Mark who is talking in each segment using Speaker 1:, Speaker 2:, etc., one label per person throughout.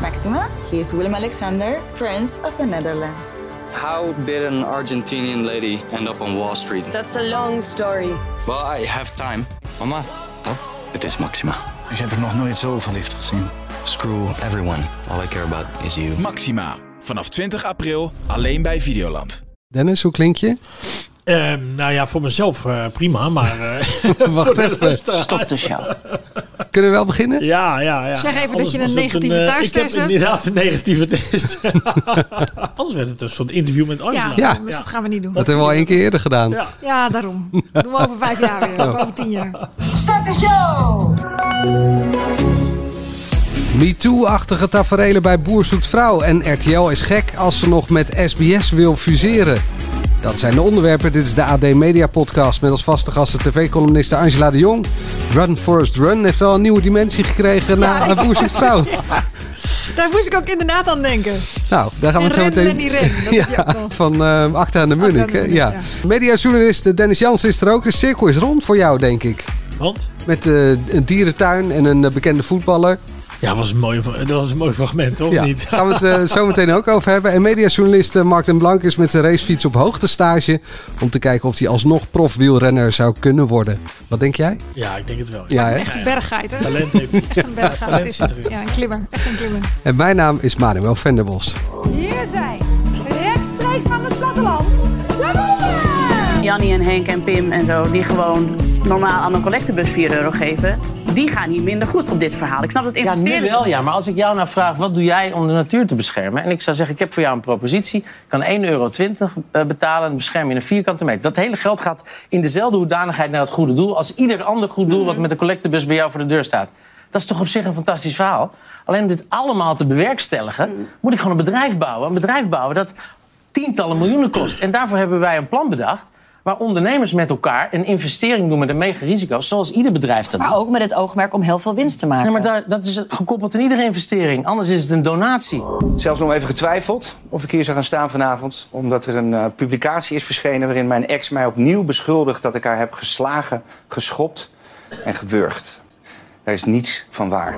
Speaker 1: Maxima. He is Willem Alexander, Prince of the Netherlands.
Speaker 2: How did an Argentinian lady end up on Wall Street?
Speaker 3: That's a long story.
Speaker 2: Well, I have time.
Speaker 4: Mama,
Speaker 2: Het is Maxima.
Speaker 5: Ik heb er nog nooit zo verliefd gezien.
Speaker 2: Screw everyone. All I care about is you.
Speaker 6: Maxima. Vanaf 20 april alleen bij Videoland.
Speaker 7: Dennis, hoe klink je?
Speaker 8: Eh, nou ja, voor mezelf eh, prima, maar eh, voor
Speaker 7: Wacht
Speaker 8: de
Speaker 7: even.
Speaker 8: luisteraar-
Speaker 9: Stop de show.
Speaker 7: Kunnen we wel beginnen?
Speaker 8: Ja, ja, ja.
Speaker 10: Zeg even dat je een
Speaker 8: was het
Speaker 10: negatieve
Speaker 8: eh,
Speaker 10: thuistest
Speaker 8: Ik heb
Speaker 10: hebt.
Speaker 8: inderdaad een negatieve test. Anders werd het een soort interview met Angela.
Speaker 10: Ja,
Speaker 7: Ja.
Speaker 10: dus dat gaan we niet doen.
Speaker 7: Dat hebben we al één keer eerder gedaan.
Speaker 8: Ja.
Speaker 10: Ja, daarom. Doen we over vijf jaar weer. Of over tien jaar.
Speaker 9: Stop de show.
Speaker 7: MeToo-achtige taferelen bij Boer zoekt vrouw. En RTL is gek als ze nog met SBS wil fuseren. Dat zijn de onderwerpen. Dit is de AD Media Podcast met als vaste gasten tv-columniste Angela de Jong. Run Forest Run heeft wel een nieuwe dimensie gekregen na eh, Boer zoekt vrouw.
Speaker 10: Daar moest ik ook inderdaad aan denken.
Speaker 7: Nou, daar gaan we het zo
Speaker 10: En
Speaker 7: meteen...
Speaker 10: ren, ren, die ren. Dat heb je ook
Speaker 7: Ja,
Speaker 10: wel.
Speaker 7: van eh Acta aan de Munnik.
Speaker 10: de
Speaker 7: hè?
Speaker 10: Munnik,
Speaker 7: Ja.
Speaker 10: ja.
Speaker 7: Mediajournalist Dennis Jans is er ook. Een cirkel is rond voor jou, denk ik.
Speaker 8: Want?
Speaker 7: Met eh, een dierentuin en een eh, bekende voetballer.
Speaker 8: Ja, was een mooi, dat was een mooi fragment, toch?
Speaker 7: Ja,
Speaker 8: Niet?
Speaker 7: daar gaan we het eh, zo meteen ook over hebben. En mediajournalist eh, Mark den Blank is met zijn racefiets op hoogtestage... om te kijken of hij alsnog profwielrenner zou kunnen worden. Wat denk jij?
Speaker 8: Ja, ik denk het wel.
Speaker 7: Ja, hè?
Speaker 10: Echt een berggeit, hè?
Speaker 8: Talent heeft hij.
Speaker 10: Echt een berggeit
Speaker 8: talent
Speaker 10: is
Speaker 8: zit
Speaker 10: het.
Speaker 8: erin.
Speaker 10: Ja, een klimmer. Echt een klimmer.
Speaker 7: En mijn naam is Manuel Venderbos.
Speaker 3: Hier zijn rechtstreeks van het platteland de mannen.
Speaker 9: Jannie en Henk en Pim en zo, die gewoon normaal aan een collectebus 4 euro geven, die gaan niet minder goed op dit verhaal. Ik snap dat
Speaker 3: Ja,
Speaker 9: investeren.
Speaker 3: nu wel ja, maar als ik jou nou vraag wat doe jij om de natuur te beschermen... en ik zou zeggen, ik heb voor jou een propositie, ik kan 1,20 euro eh, betalen... en bescherm je een vierkante meter. Dat hele geld gaat in dezelfde hoedanigheid naar het goede doel... als ieder ander goed doel wat met de collectebus bij jou voor de deur staat. Dat is toch op zich een fantastisch verhaal? Alleen om dit allemaal te bewerkstelligen, moet ik gewoon een bedrijf bouwen. Een bedrijf bouwen dat tientallen miljoenen kost. En daarvoor hebben wij een plan bedacht... waar ondernemers met elkaar een investering doen met een mega risico... zoals ieder bedrijf dat doet.
Speaker 11: Maar Ah, ook met het oogmerk om heel veel winst te maken.
Speaker 3: Ja, maar daar, dat is gekoppeld aan iedere investering. Anders is het een donatie.
Speaker 4: Zelfs nog even getwijfeld of ik hier zou gaan staan vanavond. Omdat er een eh, publicatie is verschenen waarin mijn ex mij opnieuw beschuldigt dat ik haar heb geslagen, geschopt en gewurgd. Daar is niets van waar.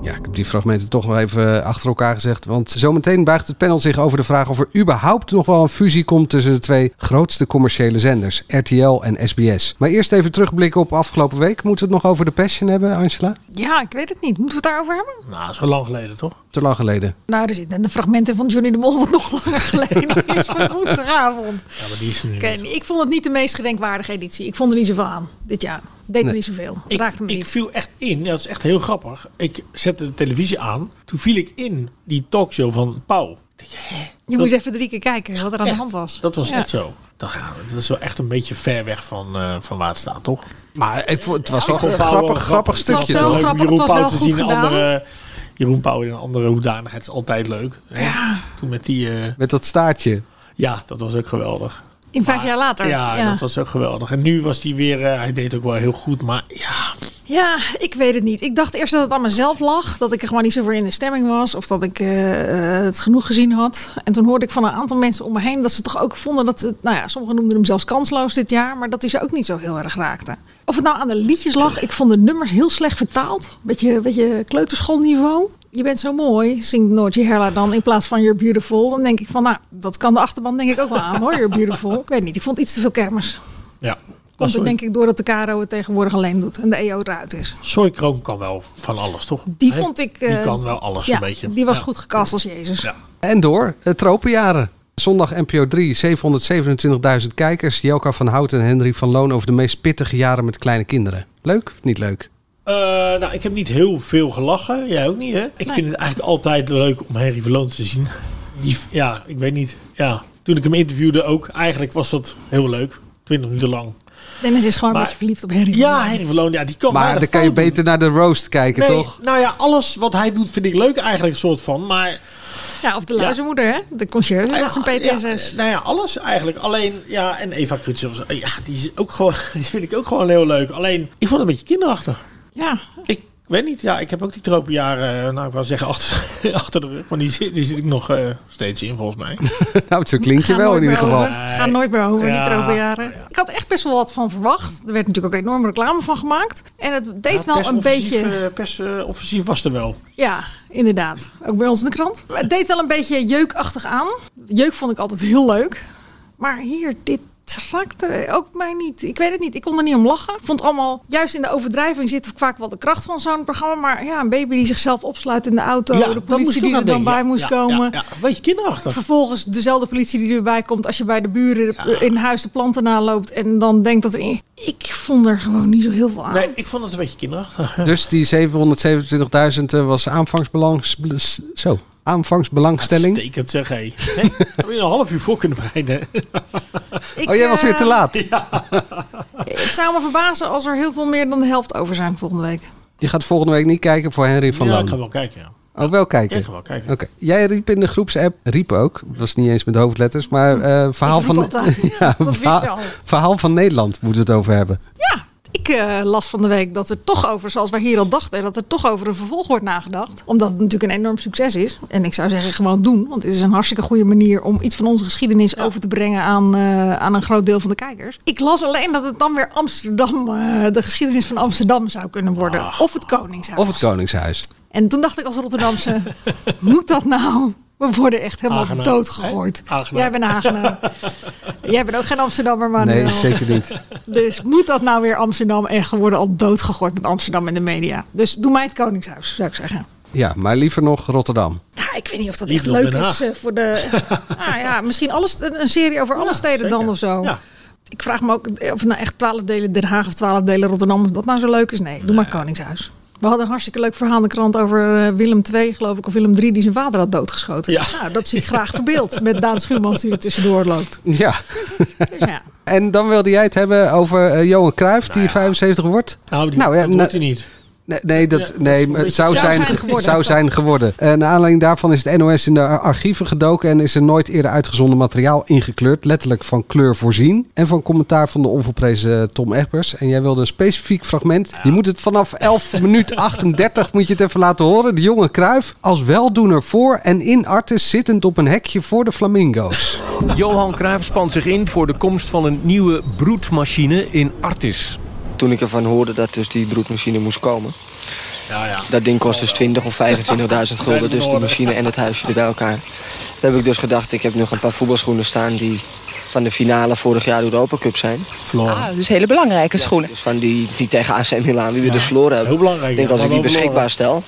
Speaker 7: Ja, ik heb die fragmenten toch nog even eh, achter elkaar gezegd. Want zometeen buigt het panel zich over de vraag of er überhaupt nog wel een fusie komt tussen de twee grootste commerciële zenders, RTL en SBS. Maar eerst even terugblikken op afgelopen week. Moeten we het nog over de Passion hebben, Angela?
Speaker 10: Ja, ik weet het niet. Moeten we het daarover hebben?
Speaker 8: Nou, zo lang geleden, toch?
Speaker 7: Te lang geleden.
Speaker 10: Nou, er zitten de fragmenten van Johnny de Mol wat nog langer geleden is van woensdagavond.
Speaker 8: Ja, maar die is er nu
Speaker 10: Oké,
Speaker 8: niet.
Speaker 10: ik vond het niet de meest gedenkwaardige editie. Ik vond er niet zoveel aan dit jaar. Deed me niet zoveel.
Speaker 8: Ik,
Speaker 10: Raakte me
Speaker 8: ik
Speaker 10: niet.
Speaker 8: viel echt in, ja, dat is echt heel grappig. Ik zette de televisie aan, toen viel ik in die talkshow van Pauw.
Speaker 10: Je moest even drie keer kijken wat er aan de hand was.
Speaker 8: Dat was
Speaker 10: Ja.
Speaker 8: echt zo. Ik dacht, ja, dat is wel echt een beetje ver weg van, eh, van waar het staat, toch?
Speaker 7: Maar ik vond, het was wel
Speaker 8: Ik vond
Speaker 7: een
Speaker 8: Pauw
Speaker 7: grappig,
Speaker 8: wel
Speaker 7: grappig
Speaker 8: Het was
Speaker 7: stukje.
Speaker 10: wel
Speaker 8: leuk
Speaker 7: toch?
Speaker 8: om
Speaker 10: grappig, het
Speaker 8: Jeroen
Speaker 10: was
Speaker 8: Pauw
Speaker 10: wel
Speaker 8: te
Speaker 10: goed
Speaker 8: zien in
Speaker 10: gedaan.
Speaker 8: andere, Jeroen Pauw in een andere hoedanigheid is altijd leuk. hè? Toen met die... eh,
Speaker 7: Met dat staartje.
Speaker 8: ja, dat was ook geweldig.
Speaker 10: In vijf jaar later.
Speaker 8: Ja, dat was ook geweldig. En nu was hij weer... eh, hij deed ook wel heel goed, maar ja...
Speaker 10: Ja, ik weet het niet. Ik dacht eerst dat het aan mezelf lag. Dat ik er gewoon niet zo voor in de stemming was. Of dat ik eh, eh, het genoeg gezien had. En toen hoorde ik van een aantal mensen om me heen dat ze toch ook vonden dat het. Nou ja, sommigen noemden hem zelfs kansloos dit jaar. Maar dat hij ze ook niet zo heel erg raakte. Of het nou aan de liedjes lag. Ik vond de nummers heel slecht vertaald. Beetje, beetje kleuterschoolniveau. Je bent zo mooi, zingt Noortje Herla dan in plaats van You're Beautiful. Dan denk ik van, nou, dat kan de achterban denk ik ook wel aan hoor, You're Beautiful. Ik weet niet, ik vond iets te veel kermis.
Speaker 8: ja. Maar
Speaker 10: Komt
Speaker 8: Soy,
Speaker 10: ook denk ik doordat de KRO het tegenwoordig alleen doet en de EO eruit is.
Speaker 8: Soykroon kan wel van alles, toch?
Speaker 10: Die
Speaker 8: Hè?
Speaker 10: vond ik.
Speaker 8: Die
Speaker 10: eh,
Speaker 8: kan wel alles
Speaker 10: ja,
Speaker 8: een beetje.
Speaker 10: Die was
Speaker 8: Ja.
Speaker 10: goed gekast als Jezus.
Speaker 8: Ja.
Speaker 7: En door, eh, tropenjaren. Zondag NPO 3, 727.000 kijkers. Jelka van Hout en Henry van Loon over de meest pittige jaren met kleine kinderen. Leuk of niet leuk?
Speaker 8: Eh, nou, ik heb niet heel veel gelachen. Jij ook niet, hè? Ik vind het eigenlijk altijd leuk om Henry Verloon te zien. Die, ja, ik weet niet. Ja, toen ik hem interviewde ook. Eigenlijk was dat heel leuk. 20 minuten lang.
Speaker 10: Dennis is gewoon
Speaker 8: Maar-
Speaker 10: een beetje verliefd op Henry.
Speaker 8: Ja, Henry Verloon, ja, die kan
Speaker 7: Maar
Speaker 8: weinig
Speaker 7: dan kan je
Speaker 8: fout doen.
Speaker 7: beter naar de roast kijken,
Speaker 8: Nee,
Speaker 7: toch?
Speaker 8: nou ja, alles wat hij doet vind ik leuk eigenlijk, soort van. Maar
Speaker 10: Ja, of de luizenmoeder, hè? De conciërge. dat is een PTSS.
Speaker 8: Ja, nou ja, alles eigenlijk. Alleen, ja, en Eva Krutsen was, ja, die, is ook gewoon, die vind ik ook gewoon heel leuk. Alleen, ik vond het een beetje kinderachtig.
Speaker 10: Ja.
Speaker 8: Ik weet weet niet. Ja, ik heb ook die tropenjaren, eh, nou ik wou zeggen achter, achter de rug. Maar die, zit- die zit ik nog eh, steeds in volgens mij. Eh,
Speaker 7: Nou, zo klinkt je
Speaker 10: Ga
Speaker 7: wel
Speaker 10: nooit
Speaker 7: in ieder
Speaker 10: meer
Speaker 7: geval.
Speaker 10: Over. Ga nooit meer over,
Speaker 8: Ja.
Speaker 10: die tropenjaren. Ik had echt best wel wat van verwacht. Er werd natuurlijk ook enorm reclame van gemaakt. En het deed
Speaker 8: Ja,
Speaker 10: wel een
Speaker 8: persoffensief,
Speaker 10: beetje...
Speaker 8: eh, persoffensief was er wel.
Speaker 10: Ja, inderdaad. Ook bij ons in de krant. Maar Het deed wel een beetje jeukachtig aan. Jeuk vond ik altijd heel leuk. Maar hier, dit raakte ook mij niet. Ik weet het niet. Ik kon er niet om lachen. Ik Vond allemaal, juist in de overdrijving zit vaak wel de kracht van zo'n programma. Maar ja, een baby die zichzelf opsluit in de auto.
Speaker 8: Ja,
Speaker 10: de
Speaker 8: daar moest
Speaker 10: politie
Speaker 8: ik
Speaker 10: die
Speaker 8: ook
Speaker 10: er
Speaker 8: aan
Speaker 10: dan
Speaker 8: denken.
Speaker 10: bij
Speaker 8: Ja,
Speaker 10: moest
Speaker 8: ja,
Speaker 10: komen.
Speaker 8: Ja, ja. Een beetje kinderachtig.
Speaker 10: Vervolgens dezelfde politie die erbij komt als je bij de buren
Speaker 8: Ja.
Speaker 10: in huis de planten naloopt. En dan denkt dat er... Ik vond er gewoon niet zo heel veel aan.
Speaker 8: Nee, ik vond het een beetje kinderachtig.
Speaker 7: Dus die 727.000 eh, was aanvangsbelang... Zo, aanvangsbelangstelling.
Speaker 8: Stekend zeg, hé. Hé, Heb je een half uur voor kunnen bereiden?
Speaker 10: Ik,
Speaker 7: Oh, jij was weer te
Speaker 10: eh,
Speaker 7: laat.
Speaker 10: Het zou me verbazen als er heel veel meer dan de helft over zijn volgende week.
Speaker 7: Je gaat volgende week niet kijken voor Henry van
Speaker 8: ja,
Speaker 7: Loon.
Speaker 8: ik ga wel kijken, ja.
Speaker 7: Oh, wel
Speaker 8: Ja,
Speaker 7: kijken.
Speaker 8: ik ga wel kijken.
Speaker 7: Oké, jij riep in de groepsapp, riep ook, het was niet eens met hoofdletters, maar eh, verhaal,
Speaker 10: Ik Hm. riep
Speaker 7: van,
Speaker 10: altijd.
Speaker 7: ja,
Speaker 10: Dat wist je
Speaker 7: verhaal,
Speaker 10: al.
Speaker 7: verhaal van Nederland moeten we het over hebben.
Speaker 10: Ik eh, las van de week dat er toch over, zoals wij hier al dachten, dat er toch over een vervolg wordt nagedacht. Omdat het natuurlijk een enorm succes is. En ik zou zeggen, gewoon doen. Want het is een hartstikke goede manier om iets van onze geschiedenis over te brengen aan, eh, aan een groot deel van de kijkers. Ik las alleen dat het dan weer Amsterdam, eh, de geschiedenis van Amsterdam zou kunnen worden. Of het Koningshuis.
Speaker 7: Ah. Of het Koningshuis.
Speaker 10: En toen dacht ik als Rotterdamse, moet dat nou? We worden echt helemaal
Speaker 8: Aangenaam.
Speaker 10: doodgegooid.
Speaker 8: Aangenaam.
Speaker 10: Jij bent aangenaam. Jij bent ook geen Amsterdammer, Manuel.
Speaker 7: Nee, zeker niet.
Speaker 10: Dus moet dat nou weer Amsterdam? En we worden al doodgegooid met Amsterdam in de media. Dus doe mij het Koningshuis, zou ik zeggen.
Speaker 7: Ja, maar liever nog Rotterdam.
Speaker 10: Nou, ik weet niet of dat
Speaker 8: Liever
Speaker 10: echt leuk
Speaker 8: Den Haag.
Speaker 10: is eh, voor de... nou ja, misschien alles, een een serie over alle steden dan
Speaker 8: zeker.
Speaker 10: of zo.
Speaker 8: Ja.
Speaker 10: Ik vraag me ook of het nou echt twaalf delen Den Haag of twaalf delen Rotterdam... of dat nou zo leuk is. Nee, doe maar Koningshuis. We hadden een hartstikke leuk verhaal in de krant over eh, Willem II, geloof ik... of Willem III die zijn vader had doodgeschoten.
Speaker 8: Ja.
Speaker 10: Nou, dat zie ik graag verbeeld met Daan Schuurmans die er tussendoor loopt.
Speaker 7: Ja,
Speaker 10: Dus ja.
Speaker 7: en dan wilde jij het hebben over eh, Johan Cruijff, die 75 wordt.
Speaker 8: Nou, die,
Speaker 7: Nou, ja,
Speaker 8: dat doet
Speaker 7: nou-
Speaker 8: hij niet.
Speaker 7: Nee, nee, dat,
Speaker 8: Ja,
Speaker 7: nee
Speaker 8: een
Speaker 7: maar het
Speaker 8: beetje-
Speaker 7: zou,
Speaker 10: Zou
Speaker 7: zijn,
Speaker 10: zijn geworden.
Speaker 7: zou zijn geworden. En naar aanleiding daarvan is het NOS in de ar- archieven gedoken... en is er nooit eerder uitgezonden materiaal ingekleurd. Letterlijk van kleur voorzien. En van commentaar van de onvolprezen eh, Tom Egbers. En jij wilde een specifiek fragment. Je moet het vanaf 11 minuut 38 moet je het even laten horen. De jonge Kruif als weldoener voor en in Artis... zittend op een hekje voor de flamingo's.
Speaker 12: Johan Cruijff spant zich in voor de komst van een nieuwe broedmachine in Artis.
Speaker 13: Toen ik ervan hoorde dat dus die broedmachine moest komen.
Speaker 8: Ja, ja.
Speaker 13: Dat ding kost dus 20 of 25.000 gulden. Dus die machine en het huisje er bij elkaar. Toen heb ik dus gedacht, ik heb nog een paar voetbalschoenen staan die van de finale vorig jaar door de Open Cup zijn.
Speaker 8: Verloren.
Speaker 14: Ah, dus hele belangrijke schoenen.
Speaker 13: Dus van die, die tegen AC Milan, die we dus verloren hebben.
Speaker 8: Heel belangrijk,
Speaker 13: Ik denk
Speaker 8: ja,
Speaker 13: als ik
Speaker 8: maar
Speaker 13: die
Speaker 8: wel
Speaker 13: beschikbaar stel.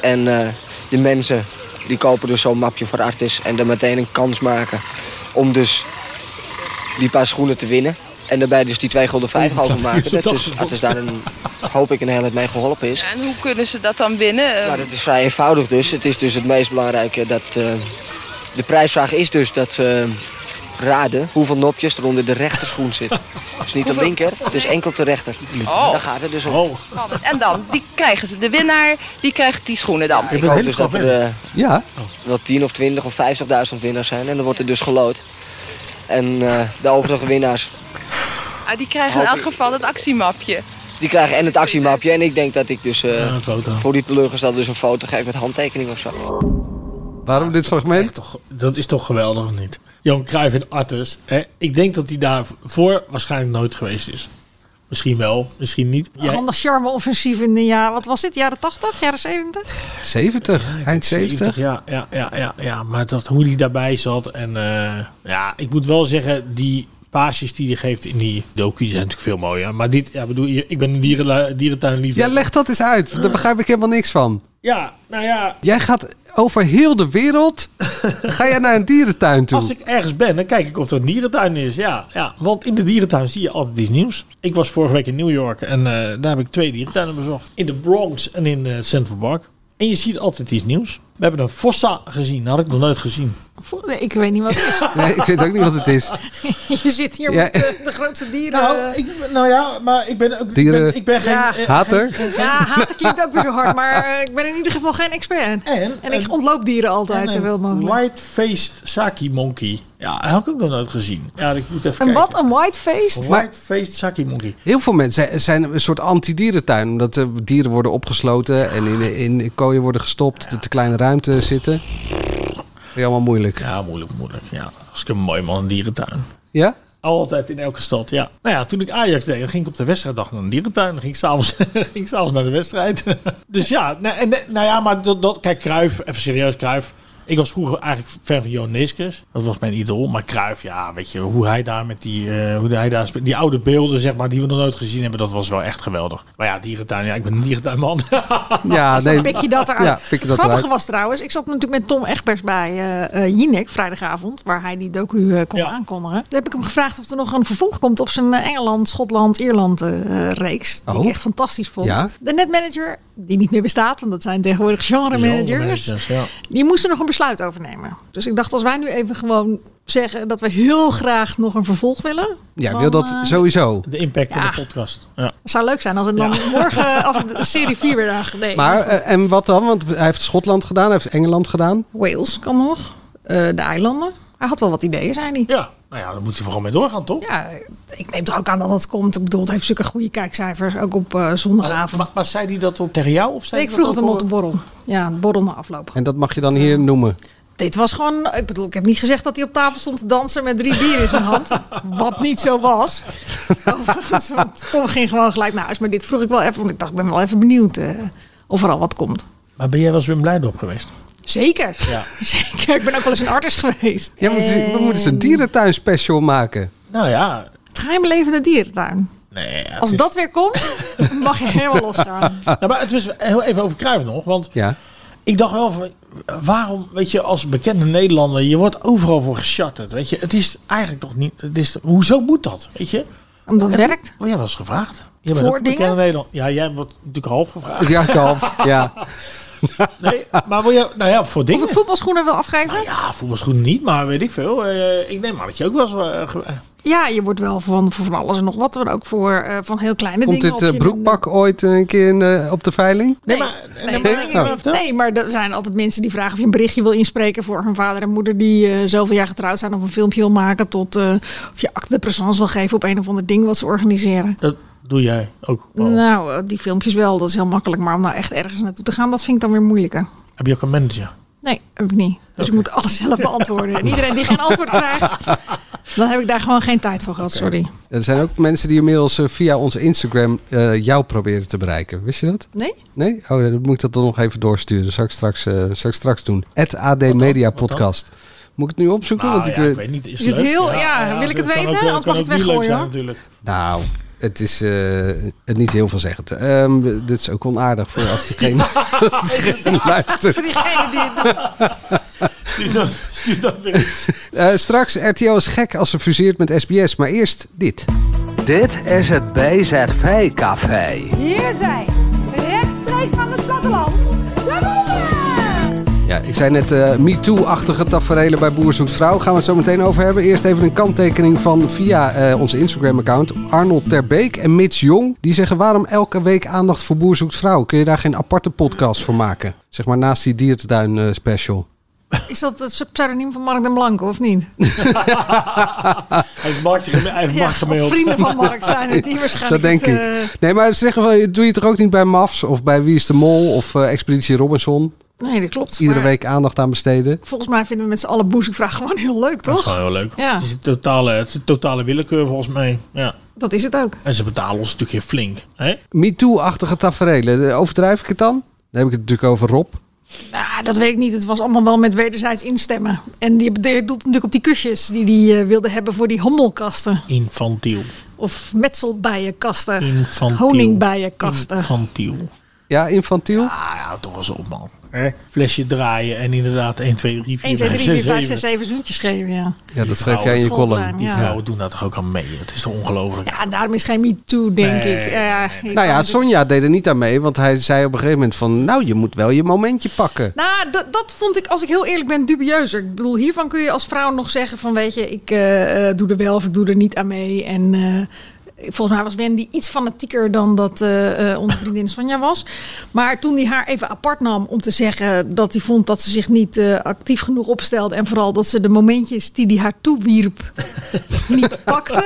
Speaker 13: En eh, de mensen die kopen dus zo'n mapje voor Artis en er meteen een kans maken om dus die paar schoenen te winnen. En daarbij dus die 2 gulden 5
Speaker 8: Oh,
Speaker 13: over maken.
Speaker 8: dat
Speaker 13: Dat
Speaker 8: is
Speaker 13: dus
Speaker 8: goed.
Speaker 13: Artis daar een, hoop ik een hele tijd mee geholpen is.
Speaker 14: En hoe kunnen ze dat dan winnen?
Speaker 13: Ja, dat is vrij eenvoudig dus. Het is dus het meest belangrijke dat... eh, de prijsvraag is dus dat ze raden hoeveel nopjes er onder de rechterschoen zitten. Dus niet de
Speaker 14: Hoeveel?
Speaker 13: linker, dus enkel de rechter.
Speaker 14: Oh.
Speaker 13: Daar gaat het dus om.
Speaker 14: Spannend. En dan, die krijgen ze. De winnaar, die krijgt die schoenen dan.
Speaker 13: Ik hoop dus dat er eh,
Speaker 7: Ja,
Speaker 13: wel 10 of 20 of 50.000 winnaars zijn. En dan wordt er dus geloot. En eh, de overige winnaars,
Speaker 14: Ah, die krijgen in elk geval het actiemapje.
Speaker 13: die krijgen en het actiemapje. En ik denk dat ik dus eh,
Speaker 8: Oh, een foto.
Speaker 13: voor die teleurgestelde dus een foto geef met handtekening of zo. eh,
Speaker 7: waarom dit fragment?
Speaker 8: Toch, dat is toch geweldig, of niet? Johan Cruijff in Artes. Hè? Ik denk dat hij daarvoor waarschijnlijk nooit geweest is. Misschien wel, misschien niet.
Speaker 10: Een
Speaker 8: Jij,
Speaker 10: handig charme-offensief in de jaar, wat was dit, jaren 80, jaren 70?
Speaker 7: 70, eind 70.
Speaker 8: ja, ja, ja, ja, ja. Maar dat, hoe die daarbij zat. En eh, ja, ik moet wel zeggen, die paasjes die hij geeft in die docu die zijn natuurlijk veel mooier. Maar dit, ja, bedoel, je- ik ben een dieren,
Speaker 7: Ja,
Speaker 8: dierentuinliefhebber.
Speaker 7: leg dat eens uit. Daar begrijp ik helemaal niks van.
Speaker 8: ja, nou ja,
Speaker 7: Jij gaat over heel de wereld. ga jij naar een dierentuin toe?
Speaker 8: Als ik ergens ben, dan kijk ik of dat een dierentuin is. Ja, ja, want in de dierentuin zie je altijd iets nieuws. Ik was vorige week in New York en eh, daar heb ik twee dierentuinen bezocht. In de Bronx en in eh, Central Park. En je ziet altijd iets nieuws. We hebben een Fossa gezien. Dat had ik nog nooit gezien.
Speaker 10: Vo- nee, ik weet niet wat het is.
Speaker 7: Nee, ik weet ook niet wat het is.
Speaker 10: Je zit hier
Speaker 7: Ja.
Speaker 10: met eh, de, de grootste dieren. eh,
Speaker 8: Nou, ik, nou ja, maar ik ben ook.
Speaker 7: Dieren-
Speaker 8: Ik ben, ik ben geen.
Speaker 10: Ja.
Speaker 8: eh, geen-
Speaker 7: Hater?
Speaker 8: geen- geen-
Speaker 10: ja, haten klinkt ook weer zo hard, maar eh, ik ben in ieder geval geen expert. En, ik ontloop dieren altijd
Speaker 8: en
Speaker 10: zoveel
Speaker 8: een
Speaker 10: mogelijk.
Speaker 8: White-faced Saki Monkey. Ja, dat had ik ook nog nooit gezien. Ja, ik moet even
Speaker 10: En
Speaker 8: kijken.
Speaker 10: wat een white feest.
Speaker 8: White-faced Saki Monkey.
Speaker 7: Heel veel mensen zijn- zijn een soort anti-dierentuin. Omdat eh, dieren worden opgesloten en in, in kooien worden gestopt. De te kleine ruimte zitten. Vind je allemaal moeilijk.
Speaker 8: Ja, moeilijk, moeilijk. Ja, als ik een mooi man een dierentuin.
Speaker 7: Ja?
Speaker 8: Altijd in elke stad, ja. Nou ja, toen ik Ajax deed, dan ging ik op de wedstrijddag naar een dierentuin. Dan ging ik s'avonds, ging ik 's avonds naar de wedstrijd. dus ja, nou, en, nou ja, maar dat, dat, kijk, Kruif, even serieus, Kruif. Ik was vroeger eigenlijk fan van Johan Neeskens. Dat was mijn idool. Maar Kruif, ja, weet je, hoe hij daar met die, eh, hoe hij daar, spe- die oude beelden, zeg maar, die we nog nooit gezien hebben, dat was wel echt geweldig. Maar ja, dierentuin, ja, ik ben een dierentuinman.
Speaker 7: Ja,
Speaker 10: Dan pik je dat eruit.
Speaker 7: Ja, pik je dat
Speaker 10: het grappige
Speaker 7: eruit.
Speaker 10: was trouwens, ik zat natuurlijk met Tom Egbers bij eh eh, Jinek vrijdagavond, waar hij die docu eh, kon aankondigen. Toen heb ik hem gevraagd of er nog een vervolg komt op zijn eh, Engeland, Schotland, Ierland eh, eh, reeks. Die
Speaker 7: Oh.
Speaker 10: ik echt fantastisch vond.
Speaker 7: Ja.
Speaker 10: De netmanager, die niet meer bestaat, want dat zijn tegenwoordig genremanagers.
Speaker 8: Ja.
Speaker 10: Die moesten nog een besluit overnemen. Dus ik dacht, als wij nu even gewoon zeggen dat we heel graag nog een vervolg willen.
Speaker 7: Ja,
Speaker 10: dan,
Speaker 7: wil dat
Speaker 10: eh,
Speaker 7: sowieso.
Speaker 8: De impact
Speaker 10: Ja.
Speaker 8: van de podcast. Ja.
Speaker 10: Het zou leuk zijn als we dan morgen af serie 4 weer aangededen.
Speaker 7: Maar, eh, en wat dan? Want hij heeft Schotland gedaan, hij heeft Engeland gedaan.
Speaker 10: Wales kan nog. Eh, de eilanden. Hij had wel wat ideeën, zei hij.
Speaker 8: Ja, nou ja, daar moet je vooral mee doorgaan, toch?
Speaker 10: Ja, ik neem er ook aan dat dat komt. Ik bedoel, het heeft zulke goede kijkcijfers, ook op eh,
Speaker 7: Oh,
Speaker 10: zondagavond.
Speaker 8: Maar, maar zei hij dat op tegen jou? Of zei
Speaker 10: ik
Speaker 8: hij
Speaker 10: vroeg
Speaker 8: dat
Speaker 10: het
Speaker 8: ook
Speaker 10: hem op
Speaker 8: voor-
Speaker 10: de borrel. Ja, de borrel na afloop.
Speaker 7: En dat mag je dan hier noemen.
Speaker 10: Dit was gewoon, ik bedoel, ik heb niet gezegd dat hij op tafel stond te dansen met drie bieren in zijn hand. Wat niet zo was. Overigens, want Tom ging gewoon gelijk naar huis. Maar dit vroeg ik wel even, want ik dacht, ik ben wel even benieuwd eh, of er al wat komt.
Speaker 8: Maar ben jij wel eens Wim Blijdorp geweest?
Speaker 10: Zeker. Zeker. Ik ben ook wel eens een artist geweest.
Speaker 7: Ja, want we moeten ze een
Speaker 10: En-
Speaker 7: dierentuin special maken.
Speaker 8: Nou ja.
Speaker 10: Het geheimbelevende dierentuin.
Speaker 8: Nee,
Speaker 10: Als dat weer komt, mag je helemaal losgaan.
Speaker 8: Nou, maar het was heel even over Cruijff nog. Want
Speaker 7: Ja.
Speaker 8: ik dacht wel van... Waarom, weet je, als bekende Nederlander... Je wordt overal voor gecharterd, weet je. Het is eigenlijk toch niet... Het is, hoezo moet dat, weet je?
Speaker 10: Omdat het
Speaker 8: En-
Speaker 10: werkt.
Speaker 8: Oh, jij was gevraagd. Je
Speaker 10: Voor
Speaker 8: bent ook een bekende
Speaker 10: dingen?
Speaker 8: Nederlander. Ja, jij wordt natuurlijk half gevraagd.
Speaker 7: Dus Ja, kalf. Ja.
Speaker 8: Nee, maar wil je... Nou ja, voor
Speaker 10: Of
Speaker 8: dingen.
Speaker 10: ik voetbalschoenen wil afgeven?
Speaker 8: ja, voetbalschoenen niet, maar weet ik veel. Eh, ik neem aan dat je ook wel eens... eh, ge-
Speaker 10: Ja, je wordt wel van, voor van alles en nog wat. Maar ook voor eh, van heel kleine
Speaker 7: Komt dit
Speaker 10: dingen. of je
Speaker 7: eh,
Speaker 10: een-
Speaker 7: broekpak ooit een keer in, eh, op de veiling? Oh.
Speaker 10: Nee, maar, nee,
Speaker 7: nee,
Speaker 10: maar,
Speaker 7: nee,
Speaker 10: nee,
Speaker 7: vertel.
Speaker 10: nee, maar er zijn altijd mensen die vragen of je een berichtje wil inspreken voor hun vader en moeder die eh, zoveel jaar getrouwd zijn. Of een filmpje wil maken tot eh, of je acte de présence wil geven op een of ander ding wat ze organiseren.
Speaker 8: dat doe jij ook.
Speaker 10: Nou, eh, die filmpjes wel, dat is heel makkelijk. Maar om nou echt ergens naartoe te gaan, dat vind ik dan weer moeilijker.
Speaker 8: Heb je ook een manager?
Speaker 10: Nee, heb ik niet. Dus ik moet alles zelf beantwoorden. En iedereen die geen antwoord krijgt, dan heb ik daar gewoon geen tijd voor gehad. Sorry.
Speaker 7: Er zijn ook mensen die inmiddels eh, via onze Instagram eh, jou proberen te bereiken. Wist je dat?
Speaker 10: Nee?
Speaker 7: Nee? Oh, dan moet ik dat dan nog even doorsturen. Dat zal ik straks, eh, zal ik straks doen. Het AD Media Podcast. Moet ik het nu opzoeken?
Speaker 8: Nou,
Speaker 7: Want ik,
Speaker 8: ja,
Speaker 7: eh,
Speaker 8: ik weet niet. Is,
Speaker 10: Is het
Speaker 8: leuk?
Speaker 10: heel- ja, wil ik het
Speaker 8: kan ook
Speaker 10: weten?
Speaker 8: wel-
Speaker 10: Anders
Speaker 8: kan
Speaker 10: mag
Speaker 8: ook
Speaker 10: je het
Speaker 8: niet leuk
Speaker 10: weggooien,
Speaker 8: zijn
Speaker 10: hoor.
Speaker 8: natuurlijk.
Speaker 7: Nou, het is eh, het niet heel veel zeggend. Ehm, dit is ook onaardig voor als degene, als degene luistert.
Speaker 10: Voor diegene die het doet.
Speaker 8: Stuur dan, stuur dan weer iets.
Speaker 7: Eh, straks, RTL is gek als ze fuseert met SBS, maar eerst dit. Dit is het BZV-café.
Speaker 15: Hier zijn, rechtstreeks van het platteland, de boeren!
Speaker 7: Ja, ik zei net eh MeToo-achtige tafereelen bij Boer Zoekt Vrouw. Gaan we het zo meteen over hebben. Eerst even een kanttekening van via eh, onze Instagram-account. Arnold Terbeek en Mitch Jong. Die zeggen waarom elke week aandacht voor Boer Zoekt Vrouw? Kun je daar geen aparte podcast voor maken? Zeg maar naast die dierentuin eh, special.
Speaker 10: Is dat het pseudoniem van Mark den Blanco of niet?
Speaker 8: Hij heeft Mark, geme- hij heeft
Speaker 10: Ja,
Speaker 8: Mark gemaild.
Speaker 10: vrienden van Mark zijn het die waarschijnlijk.
Speaker 7: Dat denk
Speaker 10: eh,
Speaker 7: ik. Nee, maar ze zeggen wel, je- doe je het er ook niet bij MAFS of bij Wie is de Mol of eh, Expeditie Robinson?
Speaker 10: nee, dat klopt.
Speaker 7: Iedere
Speaker 10: maar
Speaker 7: week aandacht aan besteden.
Speaker 10: Volgens mij vinden we met z'n allen boezemvraag gewoon heel leuk,
Speaker 8: Dat is
Speaker 10: toch?
Speaker 8: gewoon heel leuk.
Speaker 10: Ja.
Speaker 8: Het is een totale, het is een totale willekeur volgens mij. Ja.
Speaker 10: Dat is het ook.
Speaker 8: En ze betalen ons natuurlijk heel flink. Hè?
Speaker 7: MeToo-achtige tafereelen. Eh, Overdrijf ik het dan? Dan heb ik het natuurlijk over Rob.
Speaker 10: Nou, dat weet ik niet. Het was allemaal wel met wederzijds instemmen. En die die doelt natuurlijk op die kusjes die die eh, wilde hebben voor die hommelkasten.
Speaker 8: Infantiel.
Speaker 10: Of metselbijenkasten.
Speaker 8: Infantiel.
Speaker 10: Honingbijenkasten.
Speaker 8: Infantiel.
Speaker 7: Ja, infantiel.
Speaker 8: Ah, ja, toch eens op man. hè, flesje draaien en inderdaad 1, 2, 3, 4,
Speaker 10: 1, 2, 3, 4, 5, 6,
Speaker 8: 7.
Speaker 10: 7 zoentjes geven, ja.
Speaker 7: Ja, dat schreef
Speaker 8: vrouwen-
Speaker 7: jij in je
Speaker 10: schoolplein,
Speaker 7: column.
Speaker 10: ja.
Speaker 8: Die vrouwen doen daar toch ook aan mee? Het is toch ongelooflijk?
Speaker 10: Ja, daarom is geen MeToo, denk
Speaker 8: Nee,
Speaker 10: ik. Eh, ik
Speaker 7: Nou ja,
Speaker 10: kan-
Speaker 7: Sonja deed er niet aan mee, want hij zei op een gegeven moment van... Nou, je moet wel je momentje pakken.
Speaker 10: Nou, dat, dat vond ik, als ik heel eerlijk ben, dubieuzer. Ik bedoel, hiervan kun je als vrouw nog zeggen van... weet je, ik eh, eh, doe er wel of ik doe er niet aan mee. En eh, volgens mij was Wendy iets fanatieker dan dat eh, eh, onze vriendin Sonja was. Maar toen hij haar even apart nam om te zeggen... dat hij vond dat ze zich niet eh, actief genoeg opstelde... en vooral dat ze de momentjes die hij haar toewierp niet pakte.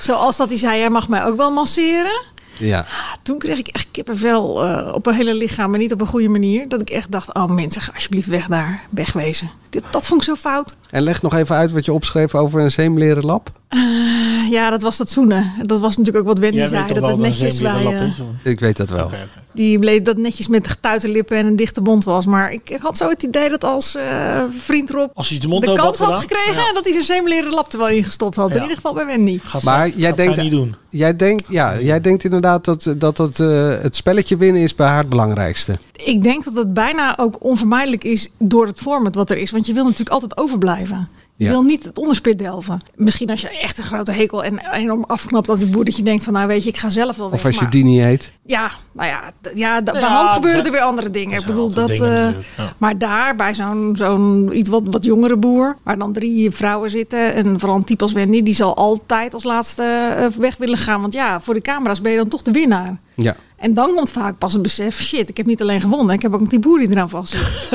Speaker 10: Zoals dat hij zei, jij mag mij ook wel masseren.
Speaker 7: Ja.
Speaker 10: Toen kreeg ik echt kippenvel eh, op een hele lichaam, maar niet op een goede manier. Dat ik echt dacht, oh mensen, ga alsjeblieft weg daar, wegwezen. Dit, dat vond ik zo fout.
Speaker 7: En leg nog even uit wat je opschreef over een zeemleren lap.
Speaker 10: Eh, ja, dat was dat zoenen. Dat was natuurlijk ook wat Wendy
Speaker 8: Jij weet
Speaker 10: zei,
Speaker 8: toch
Speaker 10: dat
Speaker 8: wel
Speaker 10: het
Speaker 8: dat een
Speaker 10: netjes bij...
Speaker 8: zeemleren lap
Speaker 10: eh,
Speaker 8: is, hoor.
Speaker 7: Ik weet dat wel.
Speaker 10: die bleef dat netjes met getuite lippen en een dichte mond was. Maar ik, ik had zo het idee dat als eh, vriend Rob
Speaker 8: Als hij de mond
Speaker 10: de
Speaker 8: open
Speaker 10: kans had
Speaker 8: gedaan,
Speaker 10: gekregen... dat hij zijn zeemleren lap er wel in gestopt had.
Speaker 8: Ja.
Speaker 10: In ieder geval bij Wendy.
Speaker 8: gaat zij-
Speaker 7: Maar jij
Speaker 8: gaat zij
Speaker 7: denkt,
Speaker 8: niet doen.
Speaker 7: Jij denkt, ja, jij denkt inderdaad dat, dat het, eh, het spelletje winnen is bij haar het belangrijkste.
Speaker 10: Ik denk dat het bijna ook onvermijdelijk is door het format wat er is. Want je wil natuurlijk altijd overblijven. Je
Speaker 7: Ja.
Speaker 10: wil niet het onderspit delven. Misschien als je echt een grote hekel en enorm afknapt op de boer... dat je denkt van, nou weet je, ik ga zelf wel weg.
Speaker 7: Of als je
Speaker 10: maar-
Speaker 7: die niet eet.
Speaker 10: Ja, nou ja, d- ja, d- bij
Speaker 8: Ja,
Speaker 10: Hans
Speaker 8: er
Speaker 10: gebeuren
Speaker 8: zijn-
Speaker 10: er weer andere dingen. Ik bedoel,
Speaker 8: altijd
Speaker 10: dat,
Speaker 8: dingen
Speaker 10: eh,
Speaker 8: natuurlijk, ja.
Speaker 10: Maar daar, bij zo'n zo'n iets wat, wat jongere boer... waar dan drie vrouwen zitten en vooral een type als Wendy... die zal altijd als laatste eh, weg willen gaan. Want ja, voor de camera's ben je dan toch de winnaar.
Speaker 7: Ja.
Speaker 10: En dan komt vaak pas het besef: shit, ik heb niet alleen gewonnen, ik heb ook nog die boer die eraan vast zit.